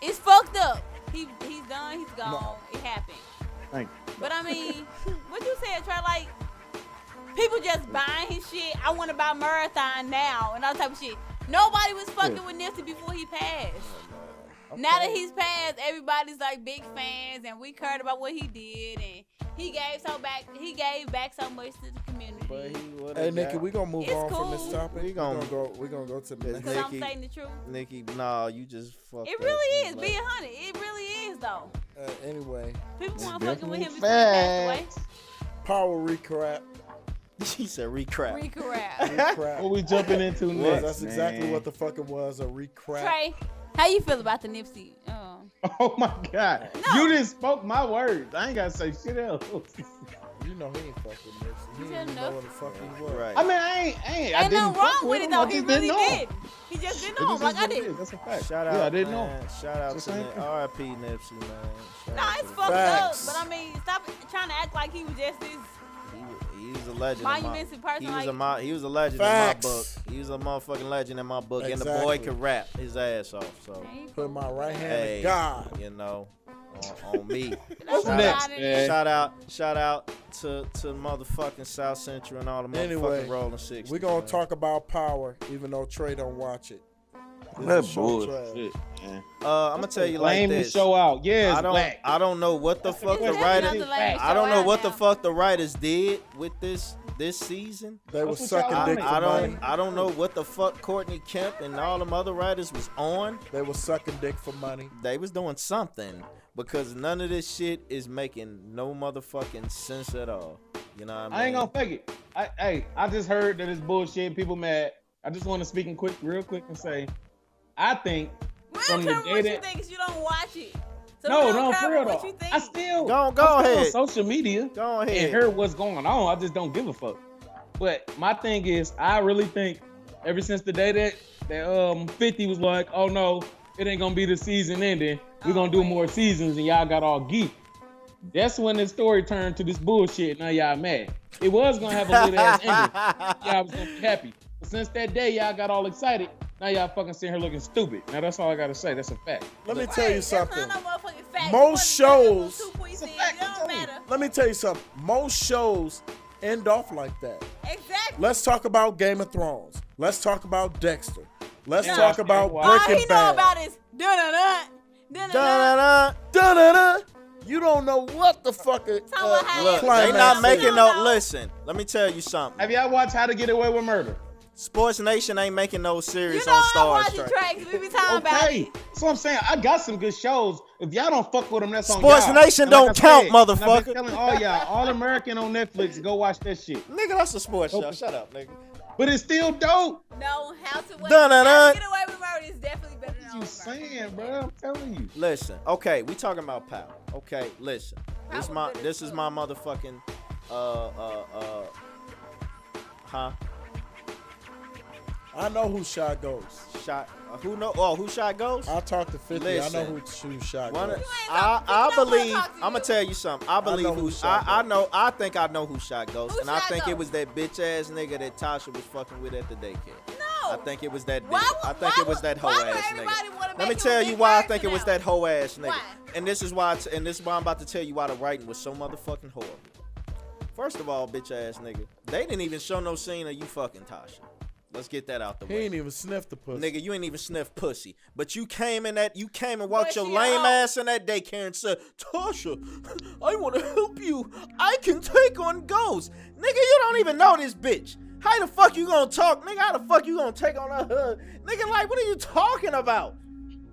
S2: It's fucked up. He he's done. He's gone. It happened.
S4: Thank
S2: But I mean, what you said, try like people just buying his shit. I want to buy marathon now and all type of shit. Nobody was fucking with Nipsey before he passed.
S3: Oh,
S2: Now that he's passed, everybody's like big fans, and we cared about what he did, and he gave so back. He gave back so much to the community.
S3: But he would
S1: Hey Nikki, we gonna move
S2: It's
S1: on from this
S2: cool.
S1: topic.
S3: We
S1: We
S3: gonna-
S1: gonna go. We gonna go to the next.
S3: It's
S2: Cause I'm
S3: Nikki.
S2: saying the truth.
S3: Nikki, nah, you just fucked
S2: It
S3: up.
S2: really is
S3: You
S2: being
S3: left.
S2: honey. It really is though.
S1: Uh, anyway,
S2: People weren't fucking with
S4: Definitely
S2: him before he passed
S1: power recap.
S3: she said
S2: away.
S3: recrap.
S2: Recap.
S1: Recap.
S4: What we jumping into
S1: Well,
S4: next?
S1: that's exactly
S4: man?
S1: what the fuck it was. A recrap.
S2: Trey, how you feel about the Nipsey? Um,
S4: Oh my god!
S2: No.
S4: You just spoke my words. I ain't gotta say shit else.
S1: You know he ain't fucking this. He
S2: You
S1: didn't even
S2: said
S1: know
S2: no.
S1: where the fuck he was.
S3: Right.
S4: I mean, I ain't. I ain't. I
S2: ain't
S4: didn't
S2: nothing
S4: fuck
S2: wrong with it
S4: him.
S2: though.
S4: I
S2: He
S4: just didn't
S2: really
S4: know.
S2: did. He just
S4: It
S2: didn't
S4: just
S2: know.
S4: is
S2: him. Like I
S4: what it
S2: didn't.
S4: is. That's a fact.
S3: Shout out,
S4: yeah, I didn't know.
S3: man. Shout out
S4: Just
S3: to
S4: ain't
S3: Nip-
S4: know.
S3: R.I.P. Nipsey, man. Shout
S2: No,
S3: out
S2: it's
S3: to
S2: fucked
S1: Facts.
S2: up. But I mean, stop trying to act like he was just this.
S3: He, wa- he was a legend.
S2: Monuments
S3: in
S2: in
S3: my,
S2: person,
S3: he was a
S2: like-
S3: mo- he was a legend
S1: Facts.
S3: in my book. He was a motherfucking legend in my book, and the boy
S1: Exactly.
S3: could rap his ass off. So
S1: Put my right hand
S3: hey,
S1: to God.
S3: you know, on, on me.
S2: That's
S3: Shout
S4: next,
S2: out.
S4: man?
S3: Shout out, shout out to to motherfucking South Central and all the motherfucking
S1: Anyway,
S3: Rolling Six.
S1: We gonna talk about power, even though Trey don't watch it. This
S4: That
S1: is show trash.
S4: Shit, man.
S3: Uh, I'm gonna tell you like
S4: Blame the
S3: this.
S4: show out. Yeah, it's
S3: I don't,
S4: black.
S3: I don't know what the
S4: It's
S3: fuck the
S2: That's
S4: definitely
S3: writer.
S2: another lady
S3: I don't
S2: show
S3: know
S2: out
S3: what the
S2: now.
S3: fuck the writers did with this this season.
S1: They were
S4: That's what y'all
S1: sucking
S3: I,
S1: dick
S4: doing.
S1: for
S3: I
S1: money.
S3: don't I don't know what the fuck Courtney Kemp and all them other writers was on.
S1: They were sucking dick for money.
S3: They was doing something because none of this shit is making no motherfucking sense at all. You know what I mean?
S4: I ain't gonna fake it. I, hey, I just heard that it's bullshit. People mad. I just want to speak in quick, real quick, and say, I think.
S2: Real
S4: From the
S2: care what
S4: day
S2: you
S4: that-
S2: think 'cause you don't watch it. So
S4: no,
S2: we
S4: no,
S2: don't care
S4: for real
S2: what you
S4: though.
S2: think.
S4: I still
S3: Go- go
S4: I'm still
S3: ahead.
S4: on social media
S3: Go
S4: and
S3: ahead.
S4: hear what's going on. I just don't give a fuck. But my thing is, I really think ever since the day that that um 50 was like, oh no, it ain't gonna be the season ending.
S2: Oh,
S4: We're gonna do more seasons, and y'all got all geek. That's when the story turned to this bullshit. Now y'all mad. It was gonna have a little ass ending. Y'all was gonna be happy. But since that day, y'all got all excited. Now y'all fucking sitting here looking stupid. Now that's all I gotta say. That's a fact.
S1: Let me
S2: Right,
S1: tell you
S2: that's not
S1: something.
S2: no motherfucking fact.
S1: Most
S2: You wasn't fucking with
S1: shows-
S4: It's
S2: two
S4: a
S2: points
S4: fact,
S2: in. It
S4: I'm
S2: don't
S4: telling you.
S2: matter.
S1: Let me tell you something. Most shows end off like that.
S2: Exactly.
S1: Let's talk about Game of Thrones. Let's talk about Dexter. Let's
S4: Yeah,
S1: talk
S4: I
S1: about
S4: watch-
S2: All
S1: Breaking
S2: Oh, he know
S1: Bad.
S2: about is dun dun dun dun dun.
S3: Da-da-da.
S1: Da-da-da. You don't know what the fuck. it- uh,
S2: Talking about how
S3: Look,
S1: climax.
S3: they not making no.
S2: No.
S3: Listen, let me tell you something.
S4: Have y'all watched How to Get Away with Murder?
S3: Sports Nation ain't making no
S2: You
S3: series
S2: know
S3: on
S2: I
S3: Star
S2: watch the
S3: Trek.
S2: tracks. We be talking about
S4: Okay,
S2: it.
S4: so I'm saying I got some good shows. If y'all don't fuck with them, that's on
S3: Sports
S4: y'all.
S3: Nation
S4: And like
S3: don't
S4: I
S3: count,
S4: and I've been
S3: motherfucker.
S4: Telling all y'all, All American on Netflix, go watch that shit.
S3: Nigga, that's a sports show. Shut up, nigga.
S4: But it's still dope.
S2: No, how to wait.
S3: Dun-dun-dun.
S2: How to Get away with murder is definitely better than
S4: What you
S2: all murder.
S4: saying, bro? I'm telling you.
S3: Listen, okay, we talking about power. Okay, listen. This
S2: Power
S3: my
S2: good as
S3: this is
S2: fuck.
S3: my motherfucking uh uh uh huh
S1: I know who shot goes.
S3: shot. Uh, who know? Oh, who shot goes?
S1: I talked to 50. I know
S3: Listen.
S1: who, who shot
S3: One,
S1: goes.
S3: of-
S2: ain't
S3: I,
S2: talk-
S3: I
S2: you don't wanna
S3: believe
S2: talk to
S3: I'm gonna
S2: you.
S3: tell you something. I believe
S1: know
S3: who,
S1: who
S3: I,
S1: shot
S3: I
S1: Ghost.
S3: know I think I know who shot Ghost,
S2: Who
S3: and I
S2: shot
S3: think it
S2: Ghost?
S3: was that bitch ass nigga that Tasha was fucking with at the daycare.
S2: No.
S3: I think it was that.
S2: Why
S3: dick.
S2: would-
S3: I think
S2: why
S3: it was
S2: would-
S3: that hoe
S2: why would
S3: ass
S2: everybody wanna
S3: nigga. Let
S2: make you
S3: me
S2: a
S3: tell you
S2: big
S3: why I
S2: person
S3: think it was
S2: now?
S3: that hoe ass nigga.
S2: Why?
S3: And this is why. I t- and this is why I'm about to tell you why the writing was so motherfucking horrible. First of all, bitch ass nigga, they didn't even show no scene of you fucking Tasha. Let's get that out the
S1: He
S3: way.
S1: ain't even sniffed the pussy.
S3: Nigga, you ain't even sniff pussy, but you came in that, you came and walked
S2: But
S3: your
S2: she
S3: lame
S2: hoe.
S3: ass in that daycare and said, Tasha, I want to help you. I can take on ghosts. Nigga, you don't even know this bitch. How the fuck you gonna talk, nigga? How the fuck you gonna take on a hood, nigga? Like, what are you talking about?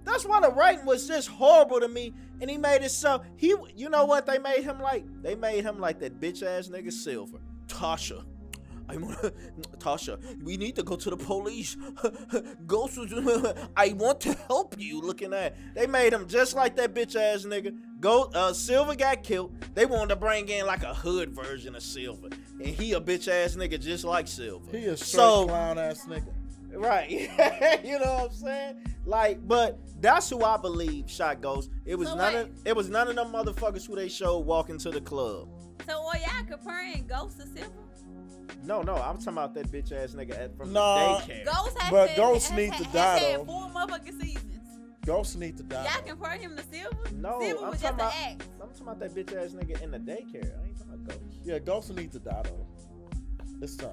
S3: That's why the writing was just horrible to me. And he made it so he, you know what they made him like? They made him like that bitch ass nigga Silver, Tasha. I want Tasha. We need to go to the police. Ghost was. I want to help you. Looking at they made him just like that bitch ass nigga. Go. Uh, Silver got killed. They wanted to bring in like a hood version of Silver, and he a bitch ass nigga just like Silver.
S1: He a straight
S3: So-
S1: clown ass nigga.
S3: Right. you know what I'm saying? Like, but that's who I believe shot Ghost. It was
S2: So
S3: none
S2: wait.
S3: of it was none of them motherfuckers who they showed walking to the club.
S2: So all y'all comparing Ghost to Silver?
S3: No, no, I'm talking about that bitch ass nigga at, from
S1: Nah.
S3: the daycare.
S2: Ghost has
S1: But
S2: been-
S1: Ghost
S2: has-
S1: need to
S2: has
S1: die,
S2: had
S1: though.
S2: four motherfucking seasons.
S1: Ghosts need to die.
S2: Y'all compare him to Silver?
S3: No,
S2: Silver
S3: I'm
S2: was
S3: talking
S2: just
S3: about
S2: an act.
S3: I'm talking about that bitch ass nigga in the daycare. I ain't talking about Ghost.
S1: yeah, ghosts need to die though. It's time.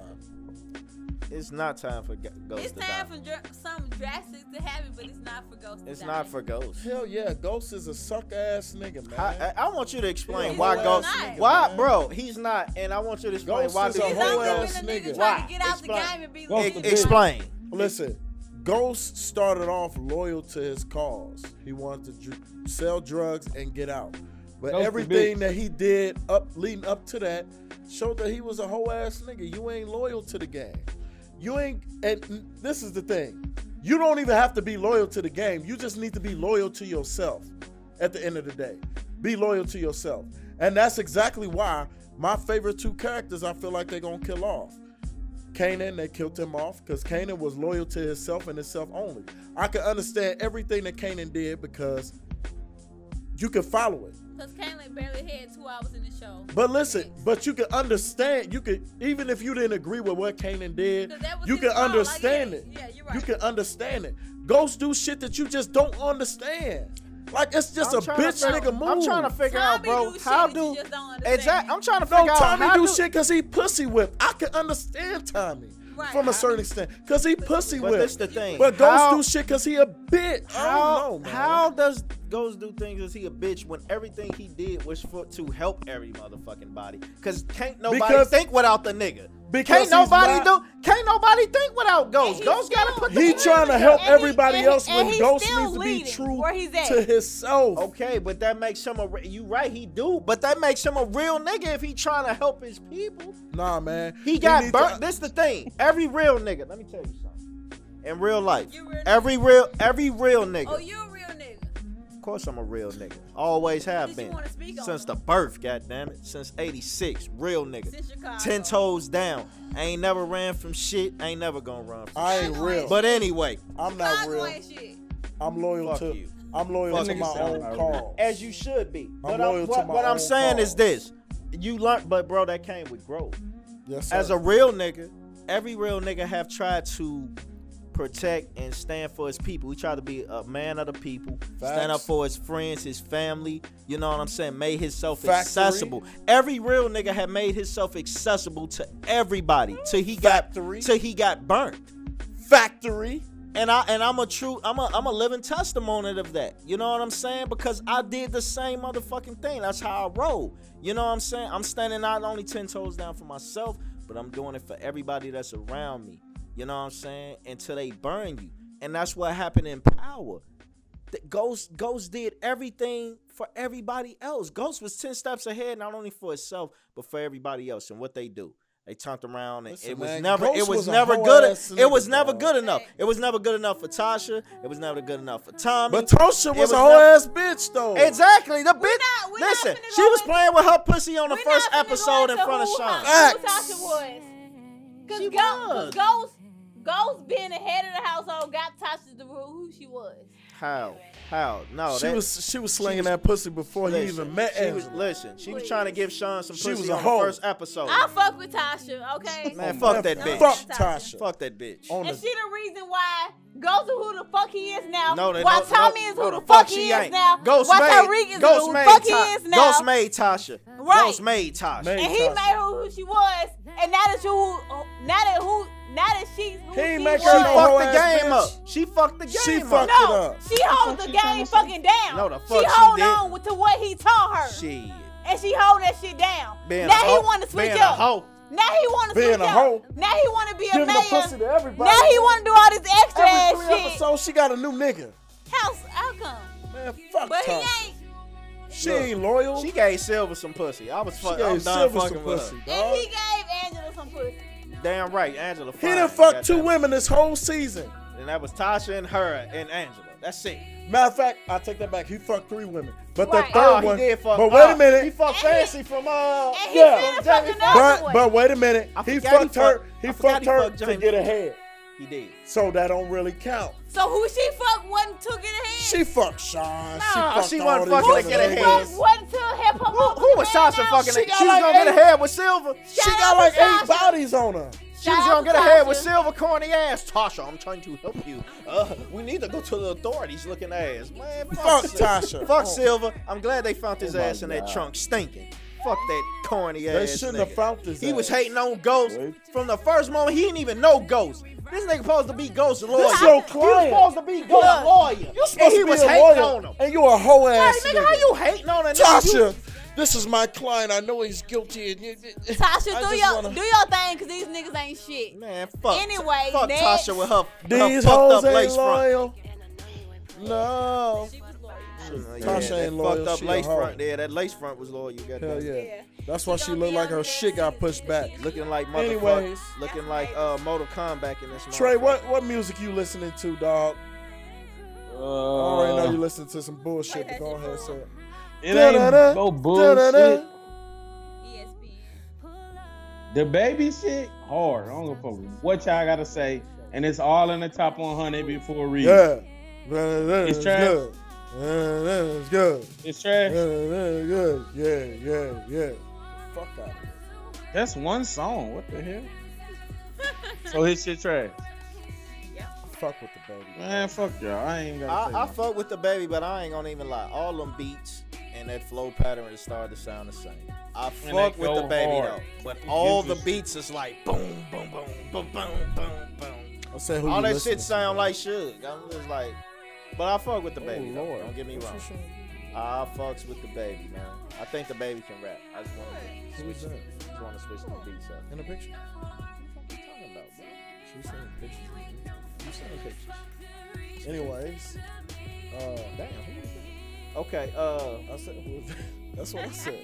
S3: it's not time for go- ghosts
S2: It's
S3: to
S2: time
S3: die.
S2: for dr- something drastic to happen, but it's not for ghosts. to
S3: it's
S2: die.
S3: not for ghosts.
S1: Hell yeah, Ghost is a suck ass nigga, man.
S3: I, I, I want you to explain
S2: He's
S3: why
S2: not.
S3: ghosts.
S2: He's
S3: Why,
S1: not.
S3: bro? He's not, and I want you to explain
S1: Ghost
S3: why
S1: is a
S2: He's
S3: people.
S1: whole
S2: only
S1: ass
S2: been a nigga trying
S1: nigga.
S2: to
S3: Why?
S2: get out
S4: Explain.
S2: the game and be
S4: Ghost
S2: like,
S4: is
S3: E- explain.
S1: Listen, Ghost started off loyal to his cause. He wanted to dr- sell drugs and get out. But
S4: Ghost a bitch.
S1: everything that he did up leading up to that showed that he was a whole ass nigga. You ain't loyal to the game. You ain't and n- this is the thing. You don't even have to be loyal to the game. You just need to be loyal to yourself at the end of the day. Be loyal to yourself. And that's exactly why my favorite two characters I feel like they're gonna kill off. Kanan, they killed him off because Kanan was loyal to himself and himself only. I can understand everything that Kanan did because you can follow it.
S2: Because Caitlyn barely had two hours in the show.
S1: But listen, but you can understand. You can even if you didn't agree with what Kanan did,
S2: 'Cause that was
S1: you
S2: his
S1: can
S2: fault. Like,
S1: understand
S2: yeah,
S1: it.
S2: yeah, you're
S1: You
S2: right.
S1: can understand it. Ghosts do shit that you just don't understand. Like it's just
S3: I'm
S1: a
S3: trying to
S1: bitch
S3: figure-
S1: nigga move.
S3: I'm trying to figure
S2: Tommy
S3: out, bro.
S2: do shit
S3: how
S2: that
S3: do
S2: you just don't understand.
S3: exactly? I'm trying to figure
S1: No,
S3: out
S1: Tommy
S3: how
S1: do shit because he pussy whipped. I can understand Tommy
S2: Right.
S1: from a certain extent because he pussy
S3: But that's
S1: whipped.
S3: the thing.
S1: But Ghost
S3: How-
S1: do shit because he a bitch. I
S3: How
S1: don't know, man.
S3: how does Ghost do things? Is he a bitch when everything he did was for to help every motherfucking body? Cause can't nobody
S1: Because-
S3: think without the nigga.
S1: because
S3: Can't
S1: he's
S3: nobody
S1: not-
S3: do. Can't nobody think without Ghost.
S2: he's
S3: Ghost gotta
S2: still-
S3: put the.
S1: He
S3: work
S1: trying to
S3: in.
S1: help
S2: And he-
S1: everybody
S2: and he-
S1: else
S2: and
S1: when
S2: he's
S1: Ghost
S2: still
S1: needs to be
S2: leading
S1: true
S2: where he's at.
S1: to himself.
S3: Okay, but that makes him a. re- You right? He do, but that makes him a real nigga if he trying to help his people.
S1: Nah, man.
S3: He got
S1: need
S3: burnt.
S1: to-
S3: This the thing. Every real nigga, let me tell you something. In real life,
S2: You real
S3: every real every real nigga.
S2: Oh, you a real nigga.
S3: Of course, I'm a real nigga. Always have
S2: Since you
S3: been
S2: wanna speak on
S3: since
S2: it.
S3: the birth. God damn it, since '86, real nigga.
S2: Since Chicago.
S3: Ten toes down. ain't never ran from shit. ain't never gonna run from.
S1: I ain't real.
S3: But anyway,
S1: I'm not
S2: Chicago
S1: real.
S2: ain't shit.
S1: I'm loyal
S3: Fuck
S1: to.
S3: you.
S1: I'm loyal
S3: That
S1: to
S4: nigga
S1: my
S4: sound
S1: own
S4: like-
S1: cause.
S3: as you should be. But I'm
S1: loyal to
S3: what,
S1: my
S3: what I'm
S1: own
S3: saying is
S1: cause.
S3: this: you learn, but bro, that came with growth.
S1: yes,
S3: as
S1: sir.
S3: a real nigga, every real nigga have tried to protect and stand for his people. He tried to be a man of the people, stand up
S1: Facts.
S3: for his friends, his family. You know what I'm saying? Made himself
S1: Factory.
S3: accessible. Every real nigga had made himself accessible to everybody till he
S1: Factory.
S3: got till he got burnt.
S1: factory.
S3: And I and I'm a true I'm a I'm a living testimony of that. You know what I'm saying? Because I did the same motherfucking thing. That's how I roll. You know what I'm saying? I'm standing not only ten toes down for myself, but I'm doing it for everybody that's around me. You know what I'm saying? Until they burn you. And that's what happened in power. The Ghost Ghost did everything for everybody else. Ghost was ten steps ahead, not only for itself, but for everybody else. And what they do. They turned around and
S1: Listen,
S3: it was
S1: man,
S3: never it
S1: Ghost
S3: was,
S1: was a
S3: never
S1: whole
S3: good.
S1: ass
S3: It was
S1: nigga,
S3: never
S1: dog.
S3: good enough. It was never good enough for Tasha. It was never good enough for Tommy.
S1: But Tosha
S3: It
S1: was,
S3: was
S1: a whole
S3: not-
S1: ass bitch though.
S3: exactly the bitch.
S2: not- we not
S3: Listen,
S2: finna
S3: she
S2: go
S3: was
S2: in-
S3: playing with her pussy on the
S2: We're
S3: first
S2: not finna go
S3: episode in
S2: into
S3: front of
S2: who-
S3: Sean.
S2: how- Who
S1: Facts.
S2: Tasha was? Cause
S3: She
S2: Ghost, 'cause
S3: was.
S2: Ghost, Ghost being the head of the household got Tasha to rule who she was.
S3: How? How? No,
S1: she
S3: that,
S1: was she was slinging
S3: was-
S1: that pussy before he
S3: listen,
S1: even met
S3: She was,
S1: Angela.
S3: listen, she was
S2: Please.
S3: trying to give Sean some
S1: She
S3: pussy
S1: was a
S3: on
S1: hoe.
S3: the first episode.
S2: I fuck with Tasha, okay?
S3: Man,
S1: Oh, man,
S3: fuck that bitch.
S1: Fuck
S2: Tasha.
S1: Tasha.
S3: Fuck that bitch.
S1: On
S2: And
S1: the
S2: she the reason why Ghost is who the fuck he is now.
S3: No, they
S2: why
S3: no,
S2: Tommy
S3: no,
S2: is
S3: no,
S2: who
S3: the
S2: the fuck
S3: she
S2: he is
S3: ain't.
S2: now.
S3: Ghost
S2: why
S3: made,
S2: Tyreek is
S3: Ghost
S2: who the
S3: made
S2: fuck
S3: Ta-
S2: he is now.
S3: Ghost made Tasha.
S2: Right.
S3: Ghost made Tasha.
S1: Made
S2: and he
S1: Tasha.
S2: made her who she was. And now that you, now that who, now that she's who
S1: He
S2: she
S1: ain't make
S2: was.
S1: her
S3: She
S1: no
S3: fucked the
S1: hoe ass
S3: game
S1: bitch.
S3: up. She fucked the game
S1: She
S3: up.
S1: fucked it
S2: No,
S1: up.
S2: she holds the game fucking down.
S3: No, the
S2: she
S3: fuck she
S2: hold
S3: didn't.
S2: on with- to what he taught her,
S3: Shit.
S2: and she hold that shit down.
S3: Being
S2: now
S3: a
S2: he
S3: hoe.
S2: want to switch
S3: Being
S2: up.
S3: A hoe.
S2: Now he want to
S1: Being
S2: switch
S1: a
S2: up.
S1: hoe.
S2: Now he want to be a
S1: giving
S2: man.
S1: the pussy to everybody.
S2: now he want to do all this extra ass
S1: Every three
S2: shit.
S1: episodes, she got a new nigga.
S2: House outcome,
S1: Man, fuck
S2: but he
S1: Tasha.
S2: ain't.
S1: She
S3: Look,
S1: ain't loyal.
S3: She gave Silver some pussy. I was
S1: She
S3: fuck, I'm
S1: gave
S3: done
S1: Silver
S3: fucking
S1: some
S3: with
S1: pussy,
S3: her.
S2: And
S1: dog.
S2: he gave Angela some pussy.
S3: Damn right, Angela.
S1: He
S3: fine.
S1: done fucked two
S3: Goddamn.
S1: women this whole season.
S3: And that was Tasha and her and Angela. That's it.
S1: Matter of fact, I take that back. He fucked three women, but
S2: Right.
S1: that third
S3: Oh,
S1: one.
S3: he did fuck.
S1: but
S3: oh,
S1: wait a minute.
S3: He fucked
S2: And he-
S3: Fancy from uh.
S2: And he
S1: Yeah.
S2: yeah,
S3: Jamie
S2: finna fuck another
S1: but
S2: one.
S1: but wait a minute.
S3: I
S1: He
S3: forgot
S1: fucked
S3: he
S1: her.
S3: fucked-
S1: He
S3: I forgot
S1: fucked
S3: he
S1: her
S3: fucked
S1: to
S3: Jamie.
S1: get ahead.
S3: He did.
S1: So that don't really count.
S2: so who she fucked wasn't took in the head.
S1: She fucked Sean.
S3: Nah,
S1: she fucked
S3: she
S1: all
S3: wasn't
S1: these
S3: fucking
S1: other
S3: to get
S1: niggas.
S2: What,
S3: ahead.
S2: what to help her
S3: Who, who was Tasha fucking?
S1: She
S3: She,
S1: got
S3: was
S1: like
S3: gonna get
S1: eight-
S3: ahead with Silver.
S1: She
S2: Shout
S1: got
S2: out
S1: like
S2: to Tasha.
S1: eight bodies on her.
S3: She was gonna get
S2: ahead
S3: ahead with Silver corny ass. Tasha, I'm trying to help you. Uh, we need to go to the authorities looking ass. Man, fuck,
S1: Fuck
S3: Sil-
S1: Tasha.
S3: Fuck
S1: Oh.
S3: Silver. I'm glad they found his
S1: Oh my
S3: ass in that
S1: God.
S3: trunk stinking. Fuck that corny
S1: They
S3: ass.
S1: shouldn't
S3: nigga.
S1: have found this.
S3: He was
S1: ass.
S3: hating on Ghost
S1: Wait.
S3: from the first moment. He didn't even know Ghost. This nigga supposed to be Ghost lawyer.
S1: This your
S3: You was
S1: client.
S3: supposed to be Ghost lawyer.
S1: You supposed
S3: he
S1: to be
S3: was
S1: a
S3: hating
S1: lawyer,
S3: on him.
S1: and you a hoe ass
S3: Hey, nigga, how you hating on a nigga? You-
S1: Tasha, this is my client. I know he's guilty. And you-
S2: Tasha,
S1: I
S2: do
S1: just
S2: your
S1: wanna-
S2: do your thing, cause these niggas ain't shit.
S3: Man, fuck.
S2: Anyway,
S3: fuck
S2: next.
S3: Tasha with her, with her
S1: These
S3: fucked up
S1: hoes
S3: lace
S1: ain't
S3: front.
S1: loyal. No.
S3: Yeah,
S1: Tasha
S3: that
S1: ain't loyal,
S3: Fucked up
S1: she a
S3: lace
S1: hoe.
S3: front. Yeah, that lace front was loyal. You got
S1: Hell
S3: that.
S1: yeah. That's why she looked like her shit got pushed back.
S3: Looking like motherfucker.
S1: Anyways.
S3: Looking like uh, Mortal Kombat in this.
S1: Trey,
S3: motherfucker.
S1: what, what music you listening to, dog? I already know
S3: Uh,
S1: you listening to some bullshit, but go ahead, sir.
S4: Uh, it ain't no bullshit. The baby shit hard. I don't give a fuck what y'all gotta say, and it's all in the top 100 before read.
S1: Yeah. It's
S4: trash.
S1: good. It's good.
S4: It's trash.
S1: It's good. Yeah, yeah, yeah. Fuck out of here.
S4: That's one song. What the hell? so his shit trash.
S1: Fuck with the baby.
S4: Man, fuck y'all. I ain't gotta
S3: I, I
S4: say.
S3: fuck with the baby, but I ain't gonna even lie. All them beats and that flow pattern is starting to sound the same. I
S4: they
S3: fuck with
S4: go
S3: the baby
S4: hard.
S3: though, but all
S4: gives
S3: the
S4: a
S3: beats is like boom, boom, boom, boom, boom, boom, boom.
S1: I said who
S3: All
S1: you
S3: that
S1: listening
S3: shit
S1: to,
S3: sound
S1: man.
S3: like Suge. I'm just like, but I fuck with the
S1: Oh,
S3: baby. though.
S1: Lord.
S3: Don't get me
S1: What you
S3: wrong.
S1: saying?
S3: I fucks with the baby, man. I think the baby can rap. I just want to
S1: Who is
S3: switch.
S1: that?
S3: Just want to switch the beats up.
S1: In the picture?
S3: What you talking about, bro? She was sending pictures. You sending pictures?
S1: Anyways, uh,
S3: Damn. who is that? Okay. Uh.
S1: I said who is that? that's what I said.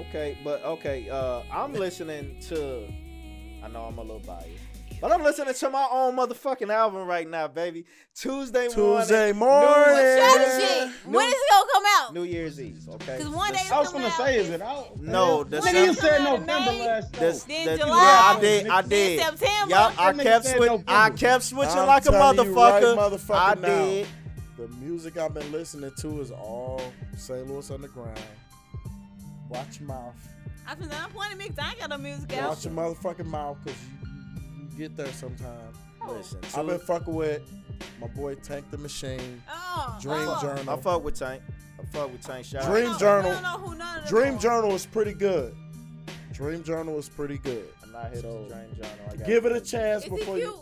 S3: Okay, but okay, uh, I'm listening to. I know I'm a little biased, but I'm listening to my own motherfucking album right now, baby. Tuesday,
S1: Tuesday
S3: morning.
S1: morning.
S2: Shut
S1: Yeah.
S2: shit.
S3: New,
S2: When is it gonna come out?
S3: New Year's Eve? Okay.
S2: Cause one
S3: The-
S2: day
S4: I was gonna say, is it out?
S3: No, the
S4: nigga, you
S3: September-
S4: said November
S2: May,
S4: last year.
S3: this-
S2: Then
S3: that-
S2: July.
S3: Yeah, I did. I
S4: Then
S3: did.
S2: September.
S3: Y'all, I
S4: That nigga
S3: kept
S4: said
S3: switching.
S4: November.
S3: I kept switching
S1: I'm
S3: like a
S1: telling you right
S3: motherfucker. I
S1: motherfucking now.
S3: did.
S1: The music I've been listening to is all St. Louis Underground. Watch your mouth.
S2: I said, I'm playing mix. I ain't got no music out.
S1: Watch your motherfucking mouth because you, you- you get there sometime.
S2: Oh.
S3: Listen,
S1: I've been
S3: Tu-
S1: fucking with my boy Tank the Machine,
S2: Oh,
S1: Dream
S2: oh.
S1: Journal.
S3: I fuck with Tank. I fuck with Tank. Shout out.
S1: Dream
S2: No,
S1: Journal.
S2: we don't know who none of them
S1: Dream
S2: are.
S1: Journal is pretty good. Dream Journal is pretty good.
S3: I'm not here
S1: So,
S3: to Dream Journal. I got
S1: Give it a chance
S2: Is he
S1: before
S2: cute?
S1: you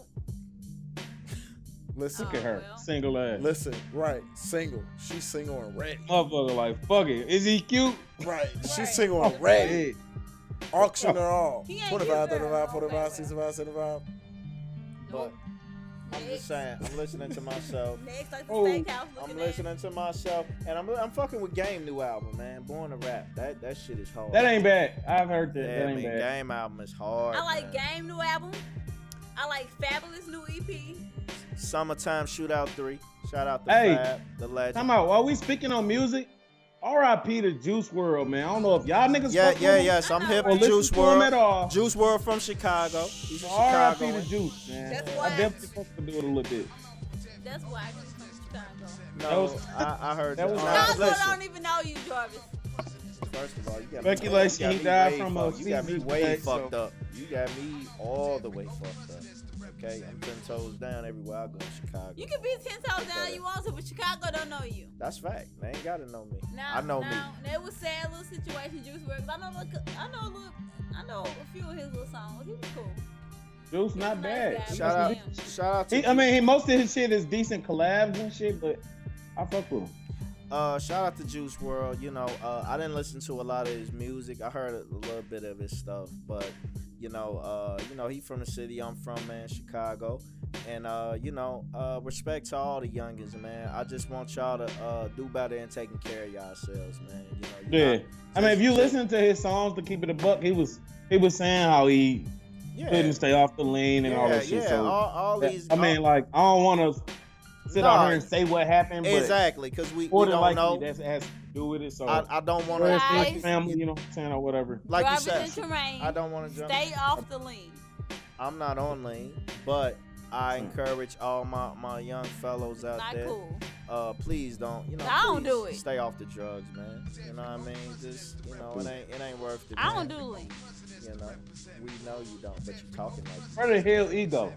S1: listen.
S4: Look at her,
S2: Oh, well.
S4: single ass.
S1: Listen, right, single. She's single and ready.
S4: Motherfucker, like, fuck it. Is he cute?
S1: Right,
S2: Right.
S1: she's single
S3: Oh,
S1: and ready.
S4: Yeah.
S1: Auction her all.
S2: He ain't
S1: 25,
S2: either.
S1: 35, 45,
S2: Okay.
S1: 65, 75.
S3: But I'm just saying, I'm listening to myself.
S2: Next, like the
S4: Oh,
S2: steakhouse.
S3: I'm
S2: looking
S3: listening to myself, and I'm I'm fucking with Game new album, man. Born to Rap. That that shit is hard.
S4: That ain't bad. I've heard that.
S3: Yeah,
S4: that
S3: I
S4: ain't
S3: mean,
S4: bad.
S3: Game album is
S2: At.
S3: hard.
S2: I like
S3: man.
S2: Game new album. I like Fabulous new E EP.
S3: Summertime Shootout Three. Shout out to
S4: Hey,
S3: Fab, the legend.
S4: Time out. While we speaking on music, R.I.P. to Juice World, man. I don't know if y'all niggas.
S3: yeah,
S4: fuck
S3: yeah,
S4: with him
S3: yeah. So I'm
S2: I
S3: hip
S2: know.
S4: Or
S3: to
S4: listen
S3: Juice
S4: to him at
S3: World.
S4: all.
S3: Juice World from Chicago. He's a
S4: R.I.P. to
S3: Chicagoan.
S4: Juice, man.
S2: That's
S4: I
S2: why-
S4: definitely fuck with dude a little bit.
S2: That's why I just from Chicago.
S4: That
S3: No,
S4: was-
S3: I, I heard
S4: that
S3: that.
S4: was-
S3: Uh,
S2: Y'all still
S3: listen,
S2: don't even know you, Jarvis.
S3: first of all, you got
S4: Speculation,
S3: me,
S4: he
S3: you got me
S4: died
S3: way
S4: from a
S3: fucked- You got me
S4: seizure
S3: way
S4: today,
S3: fucked
S4: so-
S3: up. You got me all the way fucked up. Okay, I'm ten toes down everywhere I go in Chicago.
S2: You can be ten toes down you want to, but Chicago don't know you.
S3: That's fact. They ain't gotta know me.
S2: Now,
S3: I know me.
S2: now, That was sad little situation Juice works. I know, look, I know, look, I know a few of his little songs. He was cool.
S4: Juice, not
S2: Nice
S4: bad.
S2: guy.
S3: Shout out, shout out to.
S4: He, I mean, he, most of his shit is decent collabs and shit, but I fuck with him.
S3: uh, shout out to Juice World. You know, uh, I didn't listen to a lot of his music. I heard a little bit of his stuff, but you know, uh, you know, he from the city I'm from, man, Chicago. And uh, you know, uh, respect to all the youngins, man. I just want y'all to uh, do better and taking care of yourselves, man. You know, you're
S4: Yeah.
S3: not-
S4: I mean, if you listen to his songs to keep it a buck, he was he was saying how he
S3: yeah,
S4: couldn't stay off the lane and all
S3: yeah,
S4: that shit.
S3: yeah,
S4: so
S3: all, all
S4: that-
S3: these,
S4: I mean, like I don't want to sit
S3: Nah.
S4: out here and say what happened, but
S3: exactly, because we, we
S4: more than
S3: don't
S4: likely
S3: know.
S4: that's has to do with it. So
S3: I, I don't want
S4: rest
S3: to,
S4: in
S2: Guys.
S4: your family, you know what I'm saying, or whatever.
S3: like you
S2: Jarvis
S3: said,
S2: and Terrain,
S3: I don't want to jump.
S2: stay off the lane.
S3: I'm not
S4: Hmm.
S3: on lean, but I encourage all my, my young fellows out
S2: Not
S3: there.
S2: cool.
S3: uh, please don't, you know.
S2: I don't
S3: please
S2: do it.
S3: Stay off the drugs, man. You know what I mean? Just, you know, it ain't, it ain't worth it.
S2: I
S3: man.
S2: don't do lean.
S3: You know, we know you don't, but you talking like
S4: Where the hell ego?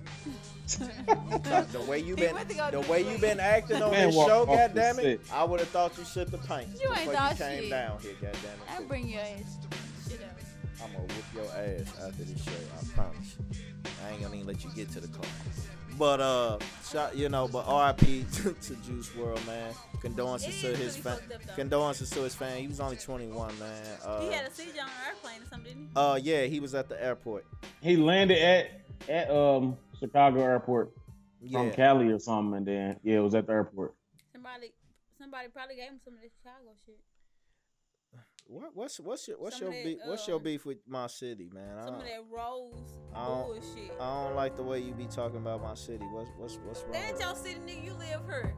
S3: that. the way you
S2: He
S3: been,
S2: went to go
S3: the
S2: do
S3: way
S2: it.
S3: you been acting on
S4: Man
S3: this
S4: walked
S3: show,
S4: off the
S3: goddamn it!
S4: set.
S3: I would have thought you shit the paint
S2: You ain't
S3: before
S2: thought
S3: came
S2: shit.
S3: down here, goddamn
S2: I
S3: it!
S2: bring your ass. Shit up.
S3: I'm gonna whip your ass after this show. I promise. you. I ain't gonna even let you get to the car. But uh, shot, you know, but R.I.P. to, to Juice World, man.
S2: It
S3: Condolences to
S2: is
S3: his
S2: really
S3: fan.
S2: fucked up, though.
S3: Condolences to his fan. He was only 21, man.
S2: He
S3: Uh,
S2: had a seizure on an airplane or something, didn't
S3: uh, yeah, he was at the airport.
S4: He landed at at um Chicago airport from
S3: Yeah,
S4: Cali or something, and then yeah, it was at the airport.
S2: he? Somebody, somebody probably gave him some of this Chicago shit.
S3: what, what's what's your what's
S2: Some
S3: your
S2: of
S3: be-
S2: that,
S3: what's
S2: uh,
S3: your beef with my city, man? I
S2: Some of
S3: don't,
S2: that rose
S3: I don't-
S2: bullshit.
S3: I don't like the way you be talking about my city. What's what's what's wrong?
S2: That ain't
S3: with
S2: your city, nigga. You live here.
S3: it?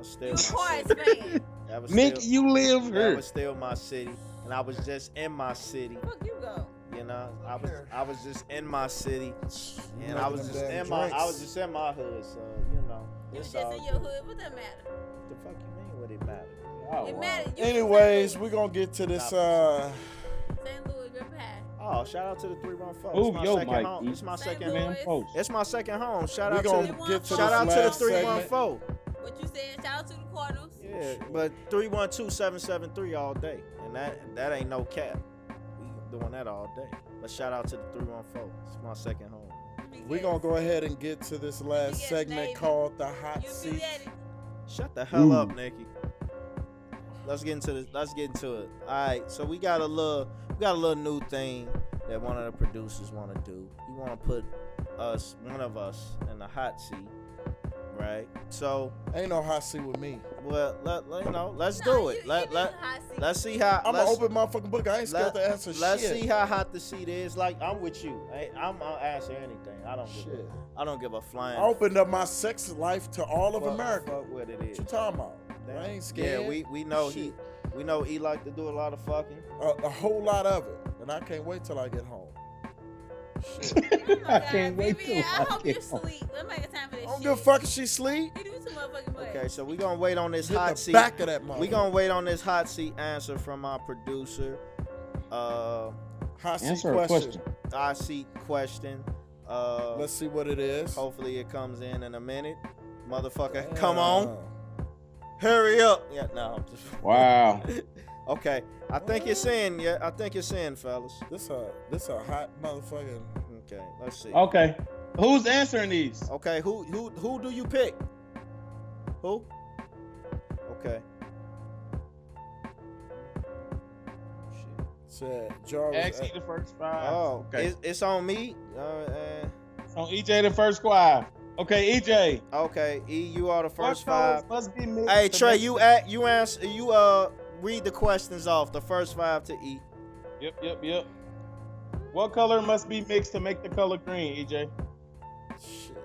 S3: I
S2: You
S3: still my
S2: Paris
S3: city.
S2: fan.
S3: That was
S4: Nick,
S3: still-
S4: you live
S3: that
S4: here.
S3: was still my city, and I was just in my city.
S2: Fuck you go.
S3: You know, I was I was just in my city, and
S1: Making
S3: I was
S1: them
S3: just
S1: damn
S3: in my I
S1: drinks.
S3: was just in my hood. So you know,
S2: You
S3: it's
S2: was just
S3: all
S2: in your
S3: good.
S2: hood. What that matter?
S3: The fuck you mean? What it matter?
S4: Oh,
S2: It
S4: wow.
S2: mattered. You
S1: Anyways,
S2: from
S1: we're gonna get to this. Uh,
S2: St. Louis, Grip High.
S3: Oh, shout out to the three one four.
S4: Move
S3: it's my
S4: your
S3: second
S4: mic,
S3: home.
S4: E.
S3: It's my
S2: Same
S3: second
S2: Louis.
S3: home.
S4: Man, post.
S3: It's my second home. Shout
S1: we're
S3: out
S1: gonna
S3: to
S2: the-
S1: get to
S3: shout out
S1: this
S3: to the
S1: last
S3: three one
S1: segment.
S3: four.
S2: What you said? Shout out to the quarters.
S3: Yeah, but three one two seven seven three all day, and that that ain't no cap. We doing that all day. But shout out to the three one four. It's my second home.
S2: Let me
S1: We're
S2: guess.
S1: gonna go ahead and get to this last
S2: Yes,
S1: segment
S2: baby.
S1: called the
S2: You
S1: hot
S2: be
S1: seat.
S2: at it.
S3: Shut the hell
S4: Ooh.
S3: up, Nikki. Let's get into this. Let's get into it. All right. So we got a little, we got a little new thing that one of the producers want to do. He want to put us, one of us, in the hot seat, right? So,
S1: Ain't no hot seat with me.
S3: well, let, let- you know, let's
S2: Nah,
S3: do
S2: you-
S3: it.
S2: you
S3: Let
S2: be
S3: let
S2: in the hot seat.
S3: let's see how.
S1: I'm an
S3: let's,
S1: open motherfucking book. I ain't scared
S3: let-
S1: to answer
S3: Let's
S1: shit.
S3: see how hot the seat is. Like I'm with you. Hey, I'm I'll answer anything. I don't give.
S1: Shit.
S3: A, I don't give a flying.
S1: I opened up my sex life to all of
S3: fuck-
S1: America.
S3: Fuck what it
S1: What
S3: is.
S1: you talking about? I ain't scared.
S3: Yeah, we we know
S1: Shit.
S3: he we know he like to do a lot of fucking.
S1: a, a whole lot of it, and I can't wait till I get home. Shit.
S2: Oh my
S4: I
S2: God,
S4: can't wait
S2: Vivian,
S4: till
S2: I
S4: I
S2: hope
S4: get
S2: you
S4: home.
S2: sleep. Let's make a time for
S1: I
S2: this
S1: don't
S2: shit.
S1: give a fuck if she sleep.
S2: You do too motherfucking much.
S3: Okay, so we gonna wait on this
S1: Hit
S3: hot
S1: the
S3: seat.
S1: back of that mother.
S3: we gonna wait on this hot seat answer from our producer. Uh,
S1: hot seat
S4: Answer a
S1: question.
S4: question.
S3: hot seat question. Uh,
S1: Let's see what it is.
S3: hopefully it comes in in a minute. Motherfucker,
S1: Damn.
S3: Oh, come on, hurry up. Yeah, no. I'm just-
S4: Wow.
S3: Okay, I think it's in. Yeah, I think it's in, fellas.
S1: This a this a hot motherfucking.
S3: Okay, let's see.
S4: Okay. Who's answering these?
S3: Okay, who who who do you pick? Who? Okay. Shit.
S1: Said uh, Jar was
S4: Ask
S1: at-
S4: E the first five.
S3: Oh,
S4: okay.
S3: it's, it's on me. Uh, uh,
S4: So EJ the first five. Okay, E EJ.
S3: okay, E, you are the first
S4: What
S3: five.
S4: codes Must be mixed
S3: Hey
S4: to
S3: Trey,
S4: make-
S3: you at you answer you uh read the questions off the first five to E.
S4: Yep, yep, yep. What color must be mixed to make the color green, E EJ?
S1: Shit.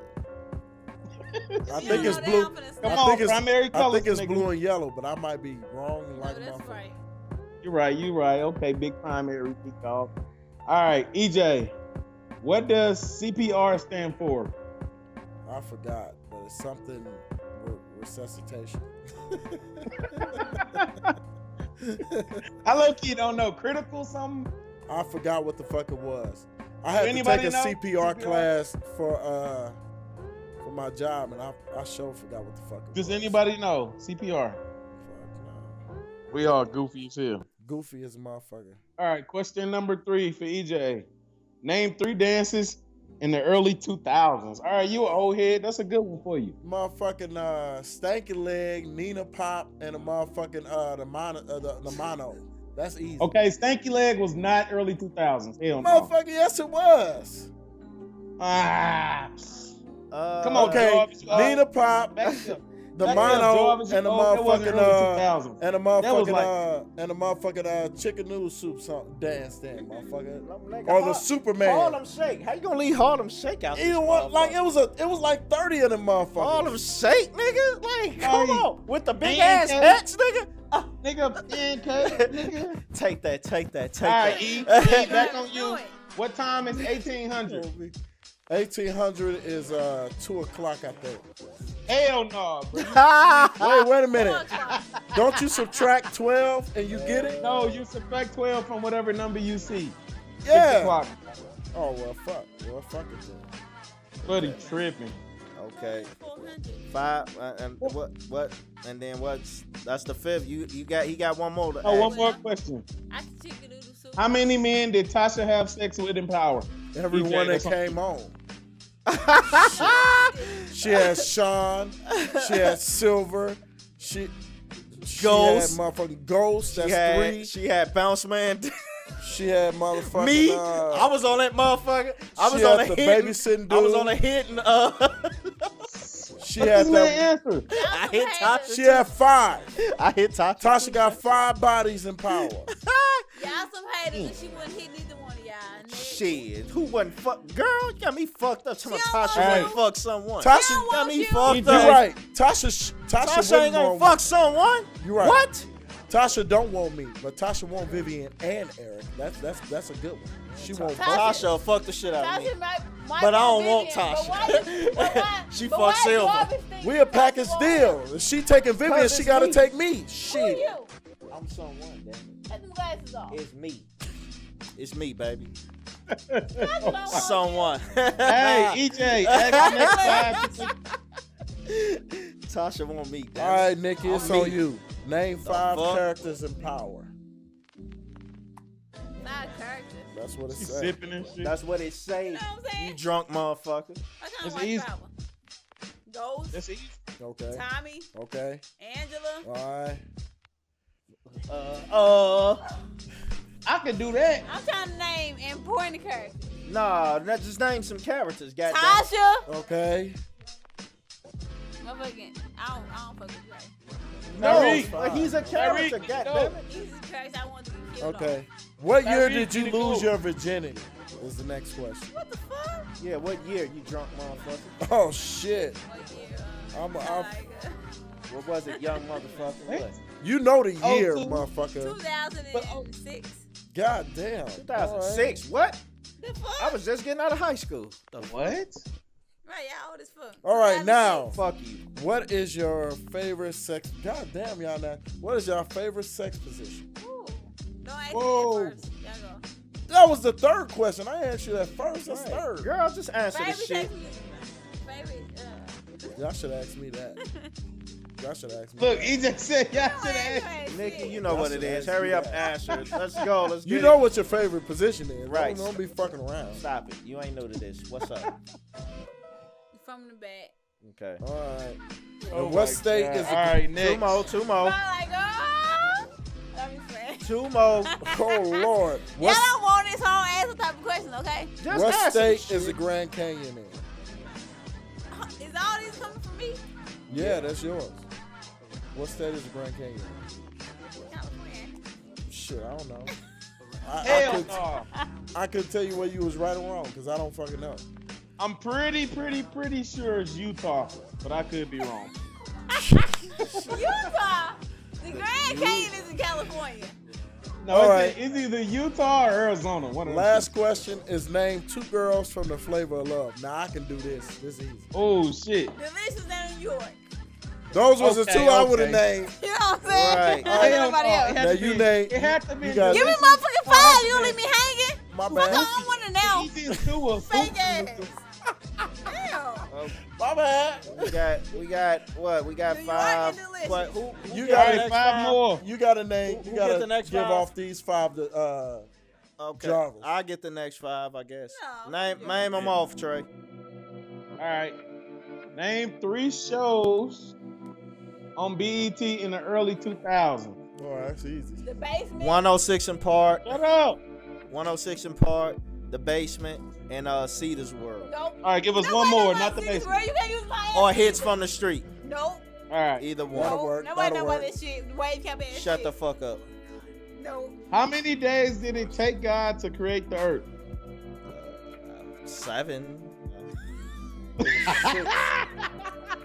S2: You
S1: I
S2: don't
S1: think
S2: know
S1: it's
S2: that,
S1: blue.
S2: I'm finna
S4: Come
S1: I
S2: snap.
S4: on,
S1: think it's-
S4: primary
S1: I
S4: color.
S1: think it's blue and yellow, but I might be wrong. Like
S2: No, that's
S1: motherfucker.
S2: right.
S4: You're right. You're right. Okay, big primary. Big dog. All right, EJ. What does CPR stand for?
S1: I forgot, but it's something re- resuscitation.
S4: I low key don't know. Critical something?
S1: I forgot what the fuck it was. I had to
S4: Anybody
S1: take a
S4: know?
S1: CPR,
S4: CPR?
S1: class for uh for my job, and I I sure forgot what the fuck. It
S4: Does
S1: was.
S4: anybody know CPR?
S1: Fuck no.
S4: We all goofy as hell.
S1: Goofy as a motherfucker.
S4: All right, question number three for EJ. Name three dances in the early 2000s. All right, you an old head. That's a good one for you.
S1: Motherfucking uh, stanky leg, Nina pop, and the motherfucking uh the mono uh, the, the mono. That's easy.
S4: Okay, Stanky Leg was not early 2000s. Hell no.
S1: Motherfucker, yes it was.
S4: Ah.
S3: Uh,
S4: Come on,
S1: okay,
S4: Jarvis, you are-
S1: Nina pop,
S4: Back it up.
S1: the
S4: Back it up,
S1: mono,
S4: Jarvis, you
S1: and the
S4: old. That wasn't early
S1: motherfucking uh.
S4: 2000s.
S1: And a
S4: That was
S1: motherfucking
S4: like-
S1: uh, and a motherfucking uh, chicken noodle soup song dance stand, motherfucker.
S3: nigga,
S1: Or the
S3: Har-
S1: Superman.
S3: Uh, Harlem Shake. How you gonna leave Harlem Shake out?
S1: Either
S3: this
S1: one, like
S3: motherfucker?
S1: it was a, it was like thirty of them
S3: Harlem
S1: motherfuckers.
S3: Shake, nigga. Like, come
S4: Hey.
S3: on, with the big
S4: Ain't
S3: ass
S4: that-
S3: hats, nigga. Ah,
S4: Nigga, pancake, nigga.
S3: take that, take that, take
S4: All right, E, E,
S3: that.
S4: back on
S2: Do
S4: you.
S2: it.
S4: What time is 1800?
S1: Hey, 1800 is uh two o'clock, I think.
S4: Hell no, bro. E.
S1: Wait, wait a
S2: Fuck,
S1: minute.
S2: Charles.
S1: Don't you subtract 12 and you get it?
S4: No, you subtract 12 from whatever number you see. Six
S1: Yeah.
S4: o'clock.
S1: Oh well, fuck. Well, fuck it then.
S4: Buddy tripping.
S3: Okay.
S2: 400.
S3: Five uh, and what what and then what's that's the fifth. You you got he got one more to
S4: Oh, one
S3: ask.
S4: more question.
S2: I can chicken noodle soup.
S4: How many men did Tasha have sex with in power?
S1: Everyone that
S4: that's all.
S1: came on. She had Sean. She had Silver. She
S3: Ghost.
S1: She had motherfucking Ghost. That's
S3: she had,
S1: three.
S3: She had bounce man.
S1: She had motherfucking
S3: Me,
S1: Uh,
S3: I was on that motherfucker. I
S1: she
S3: was
S1: had
S3: on a
S1: the
S3: hidden.
S1: babysitting
S3: I was
S1: dude.
S3: on a hidden. Uh,
S1: she
S4: Let
S1: had
S4: this man
S1: that,
S4: answer.
S3: I hit top
S1: She had five.
S3: I hit Tasha.
S1: Tasha got five bodies in power.
S2: Y'all some haters and she wouldn't hit neither one of y'all. nigga.
S3: Shit, who wasn't fuck? Girl, you got me fucked up. Talking
S2: She
S3: about
S2: don't
S3: Tasha
S4: want
S3: wouldn't
S4: you.
S3: fuck someone.
S1: Tasha-
S2: She don't
S3: got
S2: want
S3: me
S2: you.
S3: fucked
S1: You're
S3: up.
S1: right. Tasha. sh- Tasha,
S3: Tasha
S1: wouldn't
S3: ain't gonna
S1: want-
S3: fuck someone.
S1: You right.
S3: What?
S1: Tasha don't want me, but Tasha want Vivian and Eric. That's that's that's a good one. She want
S2: Tasha-
S1: both.
S3: Tasha fucked the shit out of me.
S2: Tasha might, might
S3: But
S2: be
S3: I don't
S2: busy,
S3: want
S2: but why-
S3: Tasha.
S2: but why-
S3: She
S2: but
S3: fuck
S2: why
S3: Silver.
S2: Jarvis think
S1: We a
S2: Tasha
S1: package
S2: want-
S1: deal. If she taking Vivian,
S3: Cause
S1: she
S3: it's
S1: gotta
S3: me.
S1: take me.
S2: Who
S1: Shit.
S2: you?
S3: I'm someone. Damn
S2: Take them glasses off.
S3: it. It's me. It's me, baby.
S2: Tasha
S3: oh,
S2: don't want
S3: Someone.
S4: Hey, EJ, ask the next five to six-
S3: Tasha want me.
S1: All
S3: Damn
S1: right,
S3: it.
S1: Nikki,
S3: I'm
S1: it's on
S3: me.
S1: you. Name five
S3: fuck?
S1: characters in power.
S2: you. Not characters.
S1: That's what it
S4: She's
S1: says.
S4: sipping and shit.
S3: That's what it say.
S2: You know what I'm saying?
S3: You drunk motherfucker.
S2: I kind
S4: It's
S2: of like
S4: easy.
S2: Power. Ghost,
S4: That's easy.
S1: Okay.
S2: Tommy,
S1: Okay.
S2: Angela.
S1: All right.
S3: Uh, uh,
S4: I could do that.
S2: I'm trying to name important characters.
S3: nah, not just name some characters. Goddamn.
S2: Tasha.
S1: Okay.
S2: Motherfucking, I don't, I don't fuck with Trey.
S3: No,
S4: Tyreek.
S3: but he's a character.
S4: Tyreek,
S3: Goddamn
S4: no.
S3: it.
S2: He's the Christ I want to be killed
S1: Okay. What year
S4: Tyreek,
S1: did you
S4: you go.
S1: lose your virginity? Is the next question.
S2: on. What the fuck?
S3: Yeah, what year you drunk motherfucker?
S1: Oh shit.
S2: Oh, yeah.
S1: I'm,
S2: uh,
S1: I'm
S2: like, uh,
S3: What was it, young motherfucker? What?
S1: you know the
S4: Oh,
S1: year,
S4: two-
S1: motherfucker.
S3: oh.
S2: 2006.
S1: God damn.
S3: 2006. What?
S2: The fuck?
S3: I was just getting out of high school. The fuck?
S4: What?
S2: right, y'all old as fuck.
S1: All right,
S2: 2006.
S1: now.
S3: Fuck you.
S1: What is your favorite sex? God damn, y'all now. What is your favorite sex position?
S2: Ooh. Don't ask
S4: Whoa.
S2: me that first. Y'all go.
S1: That was the third question. I asked you that first. That's
S3: Right.
S1: third.
S3: Girl, just answer the
S2: Favorite
S3: shit.
S2: sex music. Favorite, uh.
S1: Y'all should ask me that. Y'all should ask me.
S4: Look,
S1: that.
S4: EJ said
S2: Oh,
S4: y'all should ask.
S2: Anyway,
S3: Nikki,
S2: shit.
S3: you know what it is. Hurry up, answer. it. Let's go. Let's
S1: you
S3: get
S1: know
S3: it.
S1: what your favorite position is.
S3: Right.
S1: Don't, don't be fucking around.
S3: Stop it. You ain't new to this. What's up?
S2: From the back.
S3: Okay.
S1: All right.
S4: Oh
S1: what
S4: my
S1: state
S4: God.
S1: is it?
S4: All right,
S3: Two more,
S4: next.
S2: Oh.
S3: two more,
S2: like, oh. Let me say.
S3: two more.
S1: Oh
S2: Y'all
S1: Lord. What,
S2: don't want this whole answer type of question, okay?
S3: Just
S1: what
S3: answer the
S1: state is the
S3: shit.
S1: Grand Canyon in?
S2: Is all these coming from me?
S1: Yeah, that's yours. What state is the Grand Canyon in?
S2: California.
S1: Shit, I don't know. I, I
S4: Hell
S1: could,
S4: no.
S1: I could tell you where you was right or wrong because I don't fucking know.
S4: I'm pretty, pretty, pretty sure it's Utah, but I could be wrong.
S2: Utah. The Grand Canyon is in California.
S4: No,
S1: All
S4: it's, e-,
S1: right.
S4: it's either Utah or Arizona. One of them.
S1: Last question is name two girls from the flavor of love. Now I can do this. This easy.
S4: Oh shit.
S2: Delicious in New York.
S1: Those was the
S4: Okay,
S1: two I would have
S4: okay.
S1: named.
S2: You know what I'm saying?
S3: Right.
S2: I don't know
S4: Hell
S2: nobody
S4: no.
S2: else.
S4: It had
S1: Now
S4: to
S1: you
S4: be-
S1: name-
S4: It had to be.
S1: you got-
S2: Give me motherfucking five. You leave me hanging.
S1: My
S2: Fuck, I
S1: bad.
S2: don't want to know.
S4: Easiest two was
S2: Fake ass. Damn.
S3: Oh,
S1: My bad.
S3: we got, we got what? We got
S2: Do you like
S3: five.
S2: it delicious?
S3: What? Who? who
S1: You
S3: get
S1: got
S3: the
S1: it.
S3: next
S4: Five more.
S1: You gotta name.
S3: Oh. Who-
S1: You
S3: who get
S1: gotta
S3: the next
S1: give
S3: five?
S1: off these five. To, uh,
S3: Okay.
S1: Jarvis.
S3: I get the next five, I guess.
S2: No.
S3: Name, name them off, Trey.
S4: All right. Name three shows on BET in the early 2000s.
S1: oh, that's easy.
S2: The basement.
S3: 106 in Park,
S4: Shut up.
S3: 106 in Park, the basement, and uh Cedars World.
S2: Nope.
S4: All right, give us
S2: Nobody
S4: one more,
S2: knows
S4: not the
S2: this,
S4: basement.
S2: bro. You can't use my ass.
S3: Or Oh, hits from the street.
S2: Nope.
S4: All right.
S3: Either one.
S1: That'll
S2: Nope.
S1: work,
S2: Nobody
S1: that'll
S2: know about
S1: work.
S2: this shit. Wave cap ass
S3: Shut
S2: shit.
S3: the fuck up.
S2: Nope.
S4: How many days did it take God to create the earth?
S3: Seven.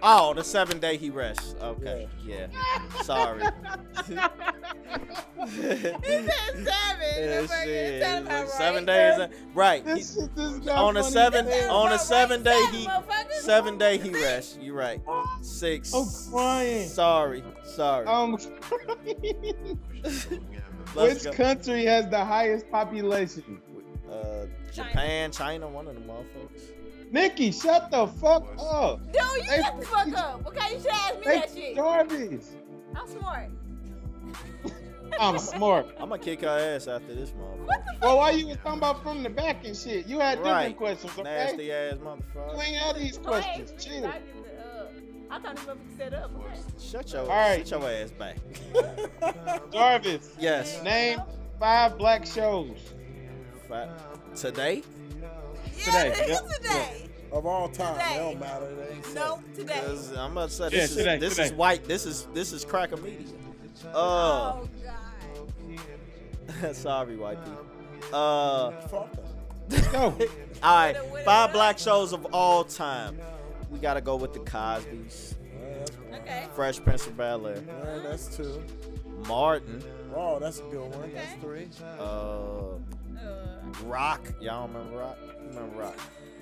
S3: Oh, the seventh day he rests. Okay, yeah. Sorry.
S2: He said seven.
S3: Yeah,
S2: That's right.
S3: shit.
S2: That sounds about right.
S3: Like Seven days. Right. He-
S4: This shit is not
S3: on a
S4: funny.
S3: seven
S2: That's
S3: on
S2: about
S3: a
S2: right.
S3: seven day he
S2: motherfuckers.
S3: seven day he rests. You right. Six.
S4: I'm crying.
S3: Sorry. Sorry.
S4: Um,
S3: Let's
S4: which
S3: go.
S4: country has the highest population?
S3: Uh, Japan, China, one of the motherfuckers.
S4: Nikki, shut the fuck up.
S2: Dude, you
S4: They-
S2: shut the fuck up. Okay, you should ask me that
S4: They
S2: shit.
S4: garbage.
S2: I'm smart.
S4: I'm smart.
S3: I'm gonna kick her ass after this motherfucker.
S2: What the fuck?
S4: Well, why you was talking about from the back and shit? You had
S3: Right.
S4: different questions, okay?
S3: Nasty ass
S4: You
S3: motherfucker.
S4: ain't had these
S2: Go ahead,
S4: questions.
S2: read it.
S4: Chill.
S2: I get the, uh, I thought this motherfucker set up. Okay.
S3: Shut your
S4: Alright.
S3: shut your ass back.
S4: Jarvis,
S3: yes.
S4: name five black shows.
S3: Fi- Today?
S2: Yeah,
S4: Today,
S2: nigga, today.
S1: Of all time, it
S2: Today.
S1: don't matter. It ain't
S2: No,
S1: seven.
S2: today.
S3: 'Cause I'm about to say
S4: Yeah,
S3: this
S4: today,
S3: is this is
S4: today.
S3: white. This is this is cracker media. Oh,
S2: Oh, God.
S3: sorry, white people. Uh,
S1: Fuck them.
S4: Go.
S3: All right, five black shows of all time. We gotta go with the Cosby's,
S1: Yeah, that's one.
S2: Okay.
S3: Fresh Prince of Bel Air,
S1: Yeah, that's two.
S3: Martin,
S1: Oh, that's a good one. That's three.
S3: uh,
S2: Uh,
S3: Rock. Y'all remember Rock? Who Remember Rock?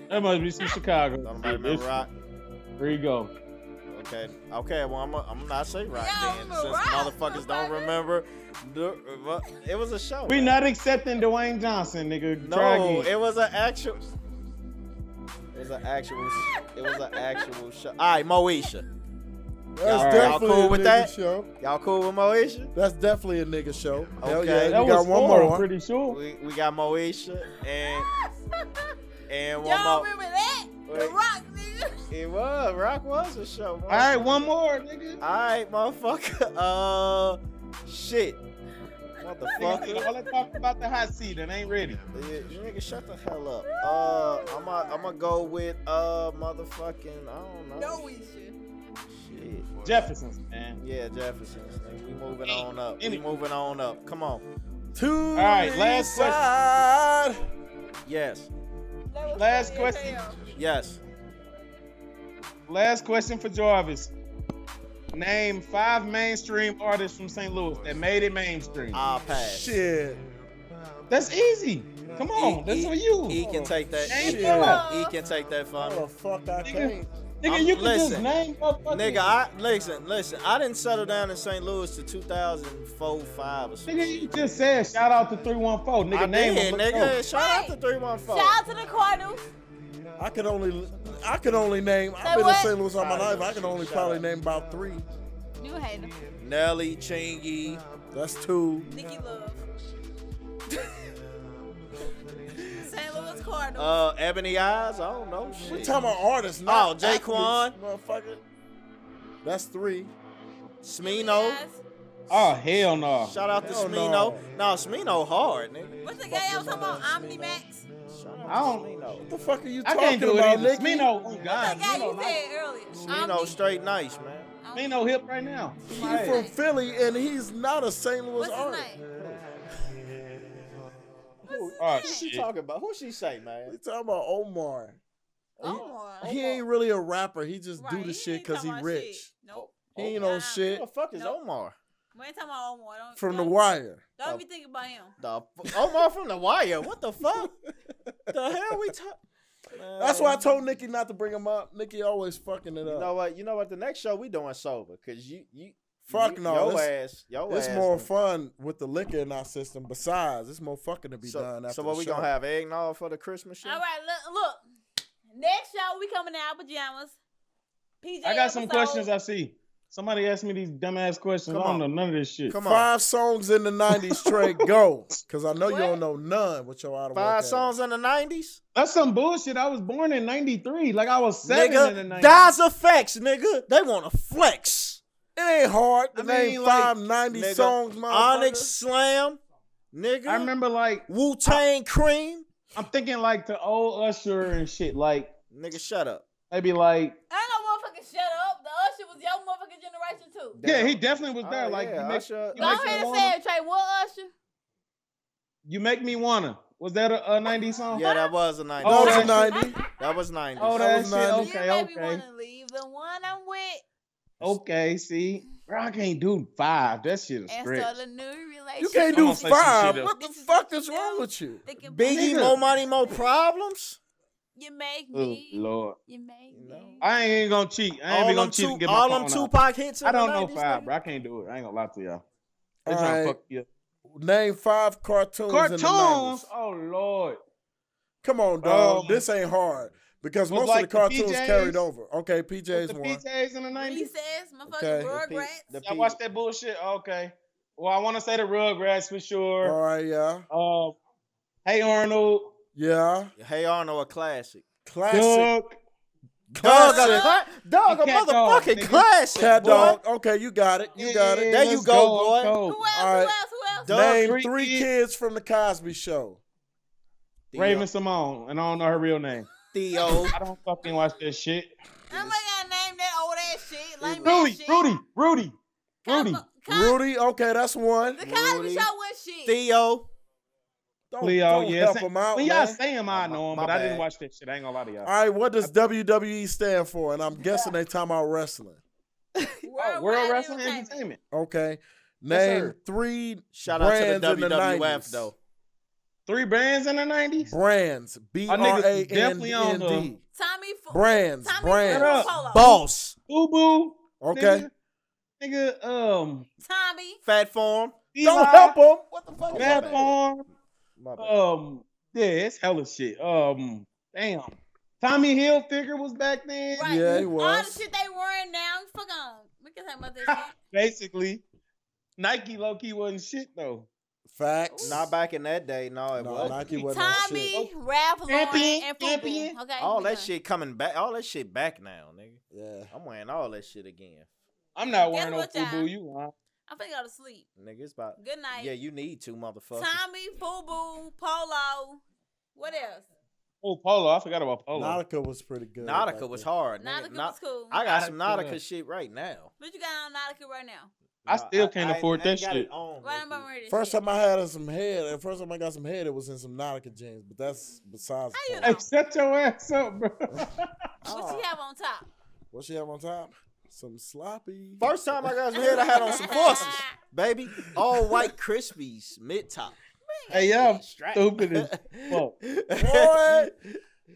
S4: That must be some Chicago.
S3: Somebody remember Rock?
S4: Here you go.
S3: Okay, okay. Well, I'm, I'm not say Rock
S2: Yeah, I
S3: then,
S2: remember
S3: since
S2: Rock,
S3: motherfuckers don't
S2: motherfucker.
S3: remember. The, well, it was a show.
S4: We not accepting Dwayne Johnson, nigga. Try
S3: No,
S4: again.
S3: it was an actual. It was an actual. It was an actual show. All right, Moesha.
S1: That's
S4: Y'all
S1: definitely
S3: cool
S1: a
S3: with
S1: nigga
S3: that?
S1: show.
S3: Y'all cool with Moesha?
S1: That's definitely a nigga show. Hell
S3: Okay.
S1: yeah, you
S4: that
S1: got
S4: was
S1: one
S4: four,
S1: more.
S4: I'm pretty sure.
S3: We, we got Moesha and and one
S2: y'all
S3: more.
S2: remember that? The
S3: Wait.
S2: Rock, nigga.
S3: It was Rock was a show.
S4: All right, one more, nigga.
S3: All right, motherfucker. Uh, shit. What the fuck?
S4: Nigga, all that talk about the hot seat and ain't ready.
S3: Yeah, you nigga, shut the hell up. Uh, I'm gonna I'm gonna go with uh motherfucking I don't know.
S2: No, we should.
S3: Shit.
S4: Jefferson's, man.
S3: Yeah, Jefferson's. nigga. We moving on up. We
S4: Any-
S3: moving on up. Come on.
S1: Two. All
S4: right, last question.
S1: question.
S3: Yes.
S2: That was
S4: Last
S2: funny as
S4: question.
S2: hell.
S3: Yes.
S4: Last question for Jarvis. Name five mainstream artists from St. Louis that made it mainstream.
S3: I'll pass.
S1: Shit.
S4: That's easy. Come on, that's
S3: he,
S4: for you.
S3: He can take that.
S4: Name
S3: He,
S4: five.
S3: he can take that
S1: How
S3: from me.
S1: the fuck I
S4: Nigga.
S1: can't?
S4: Nigga,
S3: I'm-
S4: you can
S3: listen.
S4: just name motherfuckers.
S3: Nigga, I listen, listen. I didn't settle down in St. Louis to 2004, five or something.
S4: Nigga, you just said shout out to 314. Nigga,
S3: I
S4: name
S3: did,
S4: them. Let's
S3: nigga.
S4: go.
S3: Shout out to
S2: Right.
S3: 314.
S2: Shout out to the Cardinals.
S1: I could only, I could only name.
S2: Say
S1: I've been in
S2: what?
S1: St. Louis all my
S3: Alright,
S1: life. I could only
S3: shut
S1: probably
S3: up.
S1: name about three.
S2: You hate him.
S3: Nelly, Chingy,
S1: That's two.
S2: Nikki Love. St. Louis Cardinals.
S3: uh, Ebony Eyes. I don't know. Shit.
S1: We talking about artists now.
S3: Oh, Jaquan.
S1: motherfucker. That's three.
S3: Smino.
S4: Oh, hell no.
S3: Shout out to
S1: Hell
S3: Smino.
S1: no.
S3: No. Smino hard, nigga.
S2: What's the guy I was talking about? Omnimax?
S3: Shout
S4: I
S3: out to
S4: don't-
S1: What
S3: Smino.
S1: the fuck are you
S4: I
S1: talking
S4: can't do it
S1: about,
S4: either.
S1: Nick?
S4: Smino, oh God.
S2: That guy
S4: Smino,
S2: you
S4: nice.
S2: said earlier. Oh.
S3: Smino straight nice, man.
S4: Smino hip right now.
S1: He
S4: Hey.
S1: from Philly and he's not a St. Louis
S2: What's his
S1: artist.
S2: name?
S4: Oh,
S3: Who she
S4: shit.
S3: talking about? Who she say,
S1: We
S3: man?
S1: talking about Omar.
S2: Omar.
S1: He ain't really a rapper. He just do the shit
S2: because
S1: because he rich.
S2: Nope. Oh,
S1: He ain't on
S2: Nah.
S1: shit
S3: Who the fuck is
S2: Nope.
S3: Omar?
S2: We ain't talking about Omar. Don't,
S1: from The Oh.
S2: don't-
S1: Wire.
S2: Don't be thinking about him.
S3: The f- Omar from The Wire. What the fuck? the hell we talk? Man,
S1: That's why I told Nikki not to bring him up. Nikki always fucking it
S3: You
S1: up.
S3: know what? You know what? The next show we doing sober because you you
S1: Fuck
S3: you,
S1: no,
S3: Your
S1: this-
S3: ass. Your
S1: it's
S3: ass
S1: more
S3: done-
S1: fun with the liquor in our system. Besides, it's more fucking to be done
S3: So,
S1: after
S3: so what
S1: the
S3: we
S1: show.
S3: gonna have eggnog for the Christmas shit?
S2: All right, look, look. Next show, we coming in our pajamas. PJ
S4: I got some
S2: episode.
S4: questions I see. Somebody asked me these dumbass questions.
S3: Come
S4: I don't
S3: on.
S4: know none of this shit.
S3: Come on, five,
S1: Five songs in the '90s, Trey. Go, because I know you
S2: What?
S1: don't know none with your out of work ass.
S3: songs in the nineties,
S4: That's some bullshit. I was born in 93. Like I was seven in the
S3: nigga.
S4: 90s.
S3: Dies effects, nigga. They want to flex.
S1: It ain't hard
S4: I
S1: to
S4: mean,
S1: name
S4: like,
S1: five '90s
S3: nigga,
S1: songs, motherfucker.
S3: Onyx Slam, nigga.
S4: I remember like
S3: Wu Tang Cream,
S4: I'm thinking like the old Usher and shit. Like
S3: nigga. Shut up.
S4: maybe like
S2: I know motherfucking shut up. The Usher was your motherfucking generation too.
S4: yeah, he definitely was there.
S3: Oh,
S4: like
S3: yeah,
S4: you, make,
S3: Usher-
S4: you
S2: Go
S4: make me
S2: ahead and
S4: wanna-
S2: say it, Trey. What Usher?
S4: you make me wanna. Was that a, a 90s song?
S3: Yeah, that was a 90s.
S4: Oh,
S1: That was
S4: that's-
S1: 90.
S3: That was 90s.
S4: Oh,
S1: that
S4: that
S1: was
S4: shit.
S1: 90s.
S4: Okay,
S2: you made me
S4: okay.
S2: want to leave the one I'm with
S4: Okay, see. Bro, I can't do five. That shit is
S2: and
S4: great.
S2: start a new relationship.
S1: You can't
S4: I'm
S1: do
S4: gonna say some
S1: five.
S4: shit
S1: What the
S2: else.
S1: fuck is wrong with you?
S2: Thinking about
S3: Biggie,
S2: you.
S4: Nigga.
S3: more money, more problems.
S2: You make
S4: Oh,
S2: me.
S4: Lord.
S2: You make
S3: You know.
S2: me.
S4: I ain't even gonna cheat. I ain't
S3: All
S4: even
S3: them,
S4: gonna cheat
S3: two,
S4: and get my
S3: all
S4: phone
S3: them
S4: out.
S3: Tupac hits. in
S4: I
S3: the
S4: don't know
S3: 90s,
S4: five,
S3: nigga?
S4: bro. I can't do it. I ain't gonna lie to y'all. They
S1: All
S4: tryna
S1: right.
S4: fuck you. up.
S1: Name five cartoons. In the 90s.
S4: Cartoons. Oh Lord.
S1: Come on, dog.
S4: Um,
S1: this ain't hard because
S4: was
S1: most
S4: like
S1: of
S4: the
S1: the cartoons
S4: PJs?
S1: carried over. Okay,
S4: With
S1: PJ's
S4: The
S1: one.
S4: PJs in the nineties.
S2: Recess,
S1: Okay.
S2: motherfucking
S1: The
S3: P-
S2: Rugrats.
S3: the
S4: I
S3: P-
S4: watched that bullshit. Okay. Well, I want to say the Rugrats for
S1: All
S4: sure.
S1: right, yeah,
S4: Uh, hey Arnold.
S1: yeah.
S3: Hey Arnold, a classic.
S1: Classic.
S4: Doug.
S3: Dog, a,
S1: Classic.
S3: cla- dog, a
S4: Cat dog,
S3: motherfucking
S4: nigga.
S3: classic.
S1: Cat
S3: boy.
S1: dog. Okay, you got it. You got it.
S3: There you
S4: let's
S3: go,
S4: I'm
S3: boy.
S2: who
S4: cold.
S2: else?
S1: All
S2: Who
S1: right.
S2: else? Who else?
S3: Doug,
S1: Name
S4: three
S1: three
S4: kids.
S1: kids from the Cosby Show.
S3: Theo,
S4: Raven Simone, and I don't know her real name.
S3: Theo.
S4: I don't fucking watch that shit.
S2: I'm not gonna name that old ass shit. Lame ass
S4: Rudy,
S2: shit.
S4: Rudy, Rudy,
S2: Cos-
S4: Rudy,
S2: Cos-
S1: Rudy. Okay, that's one.
S2: The Cosby
S3: Rudy.
S2: Show was shit.
S3: Theo.
S1: Don't,
S4: Leo.
S1: don't
S4: Yeah,
S1: help
S4: say-
S1: him out.
S4: when y'all
S1: man. Oh,
S4: say him, I
S3: My-
S4: know him,
S3: my
S4: but I didn't
S3: bad.
S4: watch that shit. I ain't gonna lie to y'all.
S1: All right, what does WWE stand for? And I'm guessing they talking about wrestling.
S4: Oh, World Wrestling Entertainment.
S1: Okay.
S4: Yes,
S1: Name
S4: sir.
S1: three
S3: Shout out to
S1: Brands in
S3: the
S1: the
S3: WWF
S1: 90s.
S3: though.
S4: Three brands in the nineties.
S1: brands. B
S4: niggas
S1: R A N
S4: definitely on
S1: D.
S4: the-
S2: Tommy Fu-
S1: Brands.
S2: Tommy
S1: Brands.
S4: Shut
S2: Polo.
S3: Boss.
S4: Boo boo.
S1: Okay.
S4: Nigga, nigga um,
S2: Tommy.
S3: Fat form.
S1: Don't
S4: Eli,
S1: help them. What the fuck? is
S4: Matt
S1: that?
S4: Farm,
S3: My bad.
S4: Um, yeah, it's hella shit. Um, damn. Tommy Hill figure was back then.
S2: Right.
S1: Yeah, he
S2: All
S1: was.
S2: the shit they wearing now. Fuck on. We can talk about this shit.
S4: Basically, Nike low key wasn't shit though.
S1: Facts.
S3: Not back in that day. No, it
S1: No,
S3: wasn't.
S1: Nike wasn't on shit.
S2: Tommy, Ralph Lauren,
S4: Champion,
S2: and
S4: champion.
S2: Fubu. Okay.
S3: All
S2: we
S3: that
S2: done.
S3: shit coming back. All that shit back now, nigga.
S1: Yeah.
S3: I'm wearing all that shit again,
S4: I'm not
S2: Guess
S4: wearing no
S2: what, y'all?
S4: Fubu. You lying.
S2: I'm finna go to sleep.
S3: nigga. It's about.
S2: Good night.
S3: Yeah, you need to, motherfucker.
S2: Tommy, Fubu, Polo. What else?
S4: Oh, Polo. I forgot about Polo.
S1: Nautica was pretty good. back
S3: Nautica was
S1: then.
S3: hard.
S2: Nautica
S3: Nigga.
S2: was
S3: Not,
S2: cool.
S3: I got some
S4: Nautica.
S3: Nautica shit right now.
S2: what you got on Nautica right now?
S4: I
S3: No,
S4: still can't afford
S3: ain't
S4: that
S3: got it
S4: shit.
S3: on,
S2: Right on
S3: Ricky.
S2: my radio.
S1: First time I had some head, and first time I got some head, it was in some Nautica jeans, but that's besides.
S2: How
S1: the
S2: you
S1: point.
S4: Hey, shut your ass up, bro.
S2: What you have on top?
S1: What she have on top? Some sloppy.
S3: First time I got some head, I had on some forces, baby. All white crispies, mid top.
S4: hey, y'all
S3: Strap.
S4: stupid as fuck.
S1: Boy,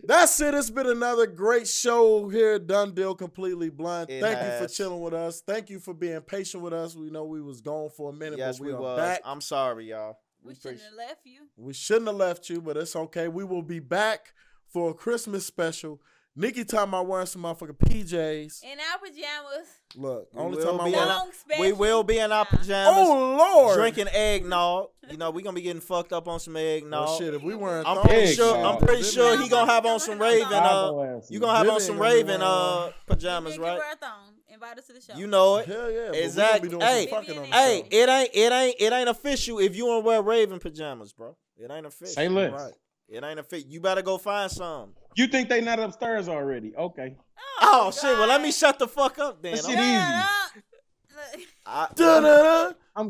S1: that's it. It's been another great show here at Done Deal Completely Blind.
S3: It
S1: Thank you for
S3: has.
S1: chilling with us. Thank you for being patient with us. We know we was gone for a minute,
S3: yes,
S1: but
S3: we
S1: we, are
S3: was.
S1: back.
S3: I'm sorry, y'all.
S2: We
S3: appreciate-
S2: shouldn't have left you.
S1: We shouldn't have left you, but it's okay. We will be back for a Christmas special. Nikki time I wearing some motherfucking PJs.
S2: In our pajamas.
S1: Look,
S3: We
S1: only
S3: will
S1: time I
S3: be
S1: wear.
S3: in
S2: Long special.
S3: We will be in our pajamas,
S1: Oh Lord!
S3: drinking eggnog. You know we gonna be getting fucked up on some eggnog.
S1: Well, shit, if we weren't,
S3: I'm pretty
S4: Egg,
S3: sure.
S4: man.
S3: I'm pretty sure he gonna have on some Raven.
S4: Drive
S3: Uh,
S4: your ass
S3: you
S4: up.
S3: gonna have
S1: Really
S3: on
S1: ain't
S3: some
S1: gonna be
S3: Raven
S1: wearing one.
S3: uh pajamas,
S2: Vivian
S3: right?
S2: Marathon. Invite us to the show.
S3: You know it.
S1: Hell yeah!
S3: Exactly.
S1: But we gonna be doing some
S3: Hey,
S1: fucking on the
S3: Hey,
S1: show.
S3: it ain't it ain't it ain't official if you don't wear Raven pajamas, bro. It ain't official.
S4: Say less.
S1: Right.
S3: It ain't official. You better go find some.
S4: You think they not upstairs already? Okay.
S3: Oh, shit. Well, let me
S2: God.
S3: shut the fuck up then.
S4: That
S3: I'm-
S4: shit easy.
S2: Look,
S3: I-
S1: Da-da-da.
S4: I'm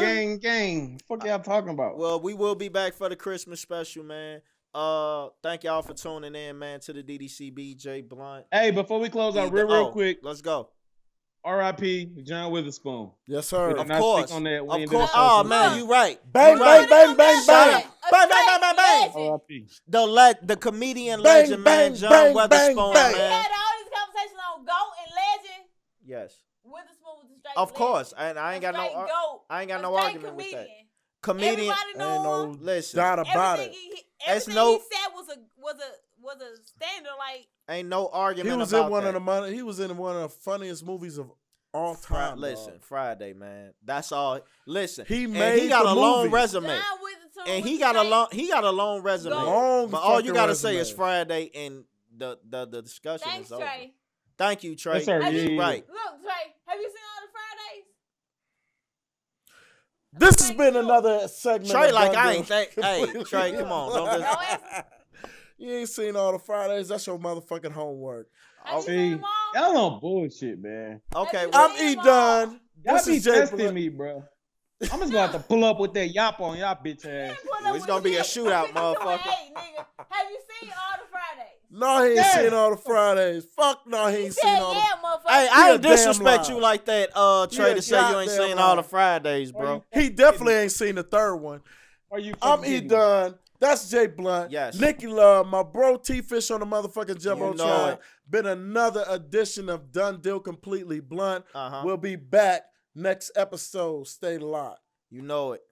S4: gang, gang, gang. Fuck y'all talking about?
S3: well, we will be back for the Christmas special, man. Uh, thank y'all for tuning in, man, to the DDC BJ Blunt.
S4: hey, before we close out,
S3: Either-
S4: real, real
S3: oh,
S4: quick,
S3: Let's go.
S4: R.I.P. John Witherspoon.
S1: Yes,
S4: We
S1: sir.
S4: did
S3: Of
S4: not speak
S3: course.
S4: on that. We
S3: Of
S4: ain't did
S3: course.
S4: a show
S3: Oh
S4: since
S3: man,
S4: then.
S3: you right.
S1: Bang,
S3: You right.
S1: bang, bang, bang,
S3: Shut
S1: bang.
S3: up.
S2: A
S3: Bang, bang,
S2: straight
S3: bang, bang, bang.
S2: legend.
S4: R.I.P.
S3: The let the comedian
S1: Bang,
S3: legend, man,
S1: bang,
S3: John
S1: bang, bang,
S3: Weatherspoon,
S1: bang.
S2: We
S3: Oh, man.
S2: had all these conversations on GOAT and Legend.
S3: Yes.
S2: Witherspoon was a straight
S3: Of
S2: legend.
S3: course. And I ain't
S2: A
S3: got no
S2: straight
S3: ar-
S2: GOAT.
S3: I ain't got
S2: A
S3: no
S2: straight
S3: argument with that.
S2: comedian.
S3: Comedian
S2: Everybody knew
S1: Ain't no
S2: him.
S3: Listen,
S1: doubt about
S2: Everything,
S1: it.
S2: he,
S3: That's
S2: everything
S3: no-
S2: he said was a was a was a standard. Like
S3: ain't no
S1: He
S3: argument
S1: was
S3: about
S1: in one
S3: that.
S1: of the mon- he was in one of the funniest movies of all
S3: Fri-
S1: time.
S3: listen,
S1: dog.
S3: Friday, man. That's all. Listen,
S1: He
S3: and
S1: made
S3: he got
S1: the
S3: a long
S1: movie.
S3: resume,
S2: John Witherspoon
S3: and
S2: was
S3: he
S2: a
S3: got a
S2: straight-
S3: long he got a long resume.
S1: Long
S3: but all you
S1: fucking
S3: gotta say is
S1: resume.
S3: Friday, and the the, the discussion
S2: Thanks,
S3: is over.
S2: Trey.
S3: Thank you, Trey.
S4: Yes, sir.
S2: Have
S4: Yeah,
S2: you-
S4: yeah, yeah.
S3: Right.
S2: Look, Trey, have you seen all the Fridays?
S1: This has been another segment.
S3: Trey,
S1: of
S3: like
S1: Done
S3: I
S1: Deal
S3: ain't think. Hey,
S1: Completely
S3: Trey, come on. Don't just,
S2: Always-
S1: you ain't seen all the Fridays. That's your motherfucking homework.
S3: Oh,
S2: Have you
S4: See,
S2: seen them all?
S4: y'all on bullshit, man.
S3: okay,
S2: Have you
S3: well,
S1: I'm
S2: Hey,
S1: E
S2: Mom.
S1: Dunn.
S4: Y'all
S1: This
S4: be
S1: is Jay
S4: testing
S1: Blunt.
S4: me, bro. I'm just gonna have to pull up with that yop on y'all bitch ass.
S2: Pull up
S3: It's
S2: with
S3: gonna
S2: the
S3: be a
S2: big-
S3: shootout,
S2: with the two
S3: motherfucker.
S2: eight, nigga. Have you seen all the Fridays?
S1: No, he ain't
S4: Yes.
S1: seen all the Fridays. Fuck no, he ain't
S2: Hell
S1: seen all the
S2: yeah, motherfucker.
S3: Hey,
S1: You're
S3: I
S1: a
S3: ain't
S1: damn
S3: disrespect
S1: liar.
S3: you like that, uh, Trey,
S1: You're
S3: to say you ain't
S1: goddamn
S3: seen all the
S1: liar.
S3: Fridays, bro.
S1: He definitely ain't seen the third one.
S4: Are you?
S1: I'm
S4: fucking
S1: E
S4: kidding me?
S1: Dunn. That's Jay Blunt.
S3: Yes.
S1: Nicky Love, my bro T Fish on the motherfucking Jumbo
S3: You know it.
S1: Been another edition of Done Deal Completely Blunt.
S3: Uh huh.
S1: We'll be back next episode. Stay locked.
S3: You know it.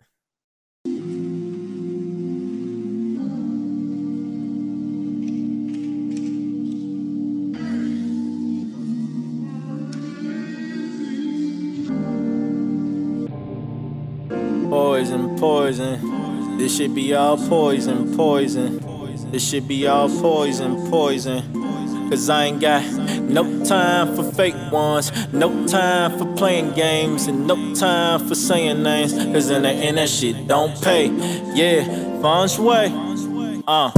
S3: Poison, poison. This should be all poison, poison. This should be all poison, poison. Cause I ain't got no time for fake ones, no time for playing games, and no time for saying names. Cause in the end, that shit don't pay. Yeah, Fon's way. Uh.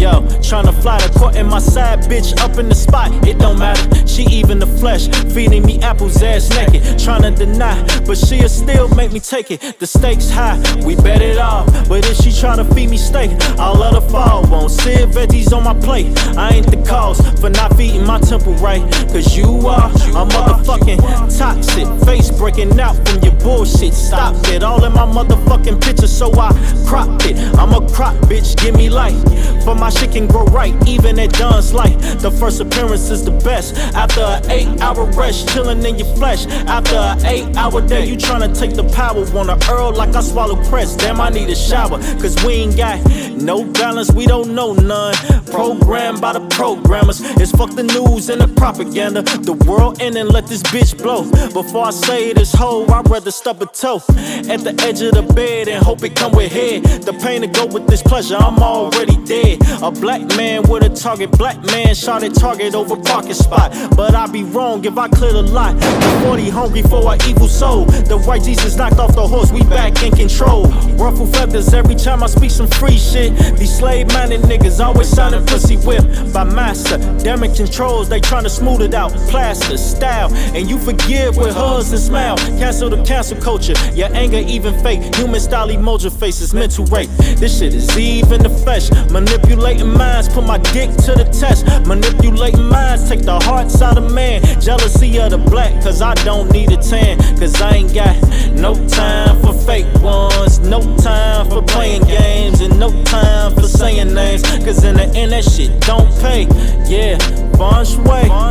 S3: Yo, tryna fly the court in my side, bitch, up in the spot, it don't matter. She even the flesh, feeding me apples ass naked. Tryna deny, but she'll still make me take it. The stakes high, we bet it all. But if she tryna feed me steak, I'll let her fall. Won't sit veggies on my plate. I ain't the cause for not feeding my temple right. Cause you are, I'm motherfucking toxic. Face breaking out from your bullshit. Stop it, all in my motherfucking picture, so I cropped it. I'm a crop, bitch, give me life. For my shit can grow right, even at Don's light. The first appearance is the best. After an eight hour rest, chilling in your flesh. After an eight hour day, you tryna take the power. Wanna Earl like I swallow press. Damn, I need a shower. Cause we ain't got no balance, we don't know none. Programmed by the programmers. It's fuck the news and the propaganda. The world ending, let this bitch blow. Before I say this hoe, I'd rather stub a toe at the edge of the bed and hope it come with head. The pain to go with this pleasure, I'm already dead. A black man with a target, black man shot at target over parking spot. But I'd be wrong if I clear the lot. The 40 hungry for an evil soul. The white Jesus knocked off the horse, we back in control. Ruffle feathers every time I speak some free shit. These slave minded niggas always sounding pussy whip by master. Damage controls, they tryna smooth it out. Plaster, style, and you forgive with hugs and smile. Cancel the cancel culture, your anger even fake. Human style emoji faces, mental rape. This shit is Eve in the flesh. Manipulating minds, put my dick to the test. Manipulating minds, take the hearts out of man. Jealousy of the black, cause I don't need a tan. Cause I ain't got no time for fake ones, no time for playing games, and no time for saying names. Cause in the end, that shit don't pay. Yeah, Bon way.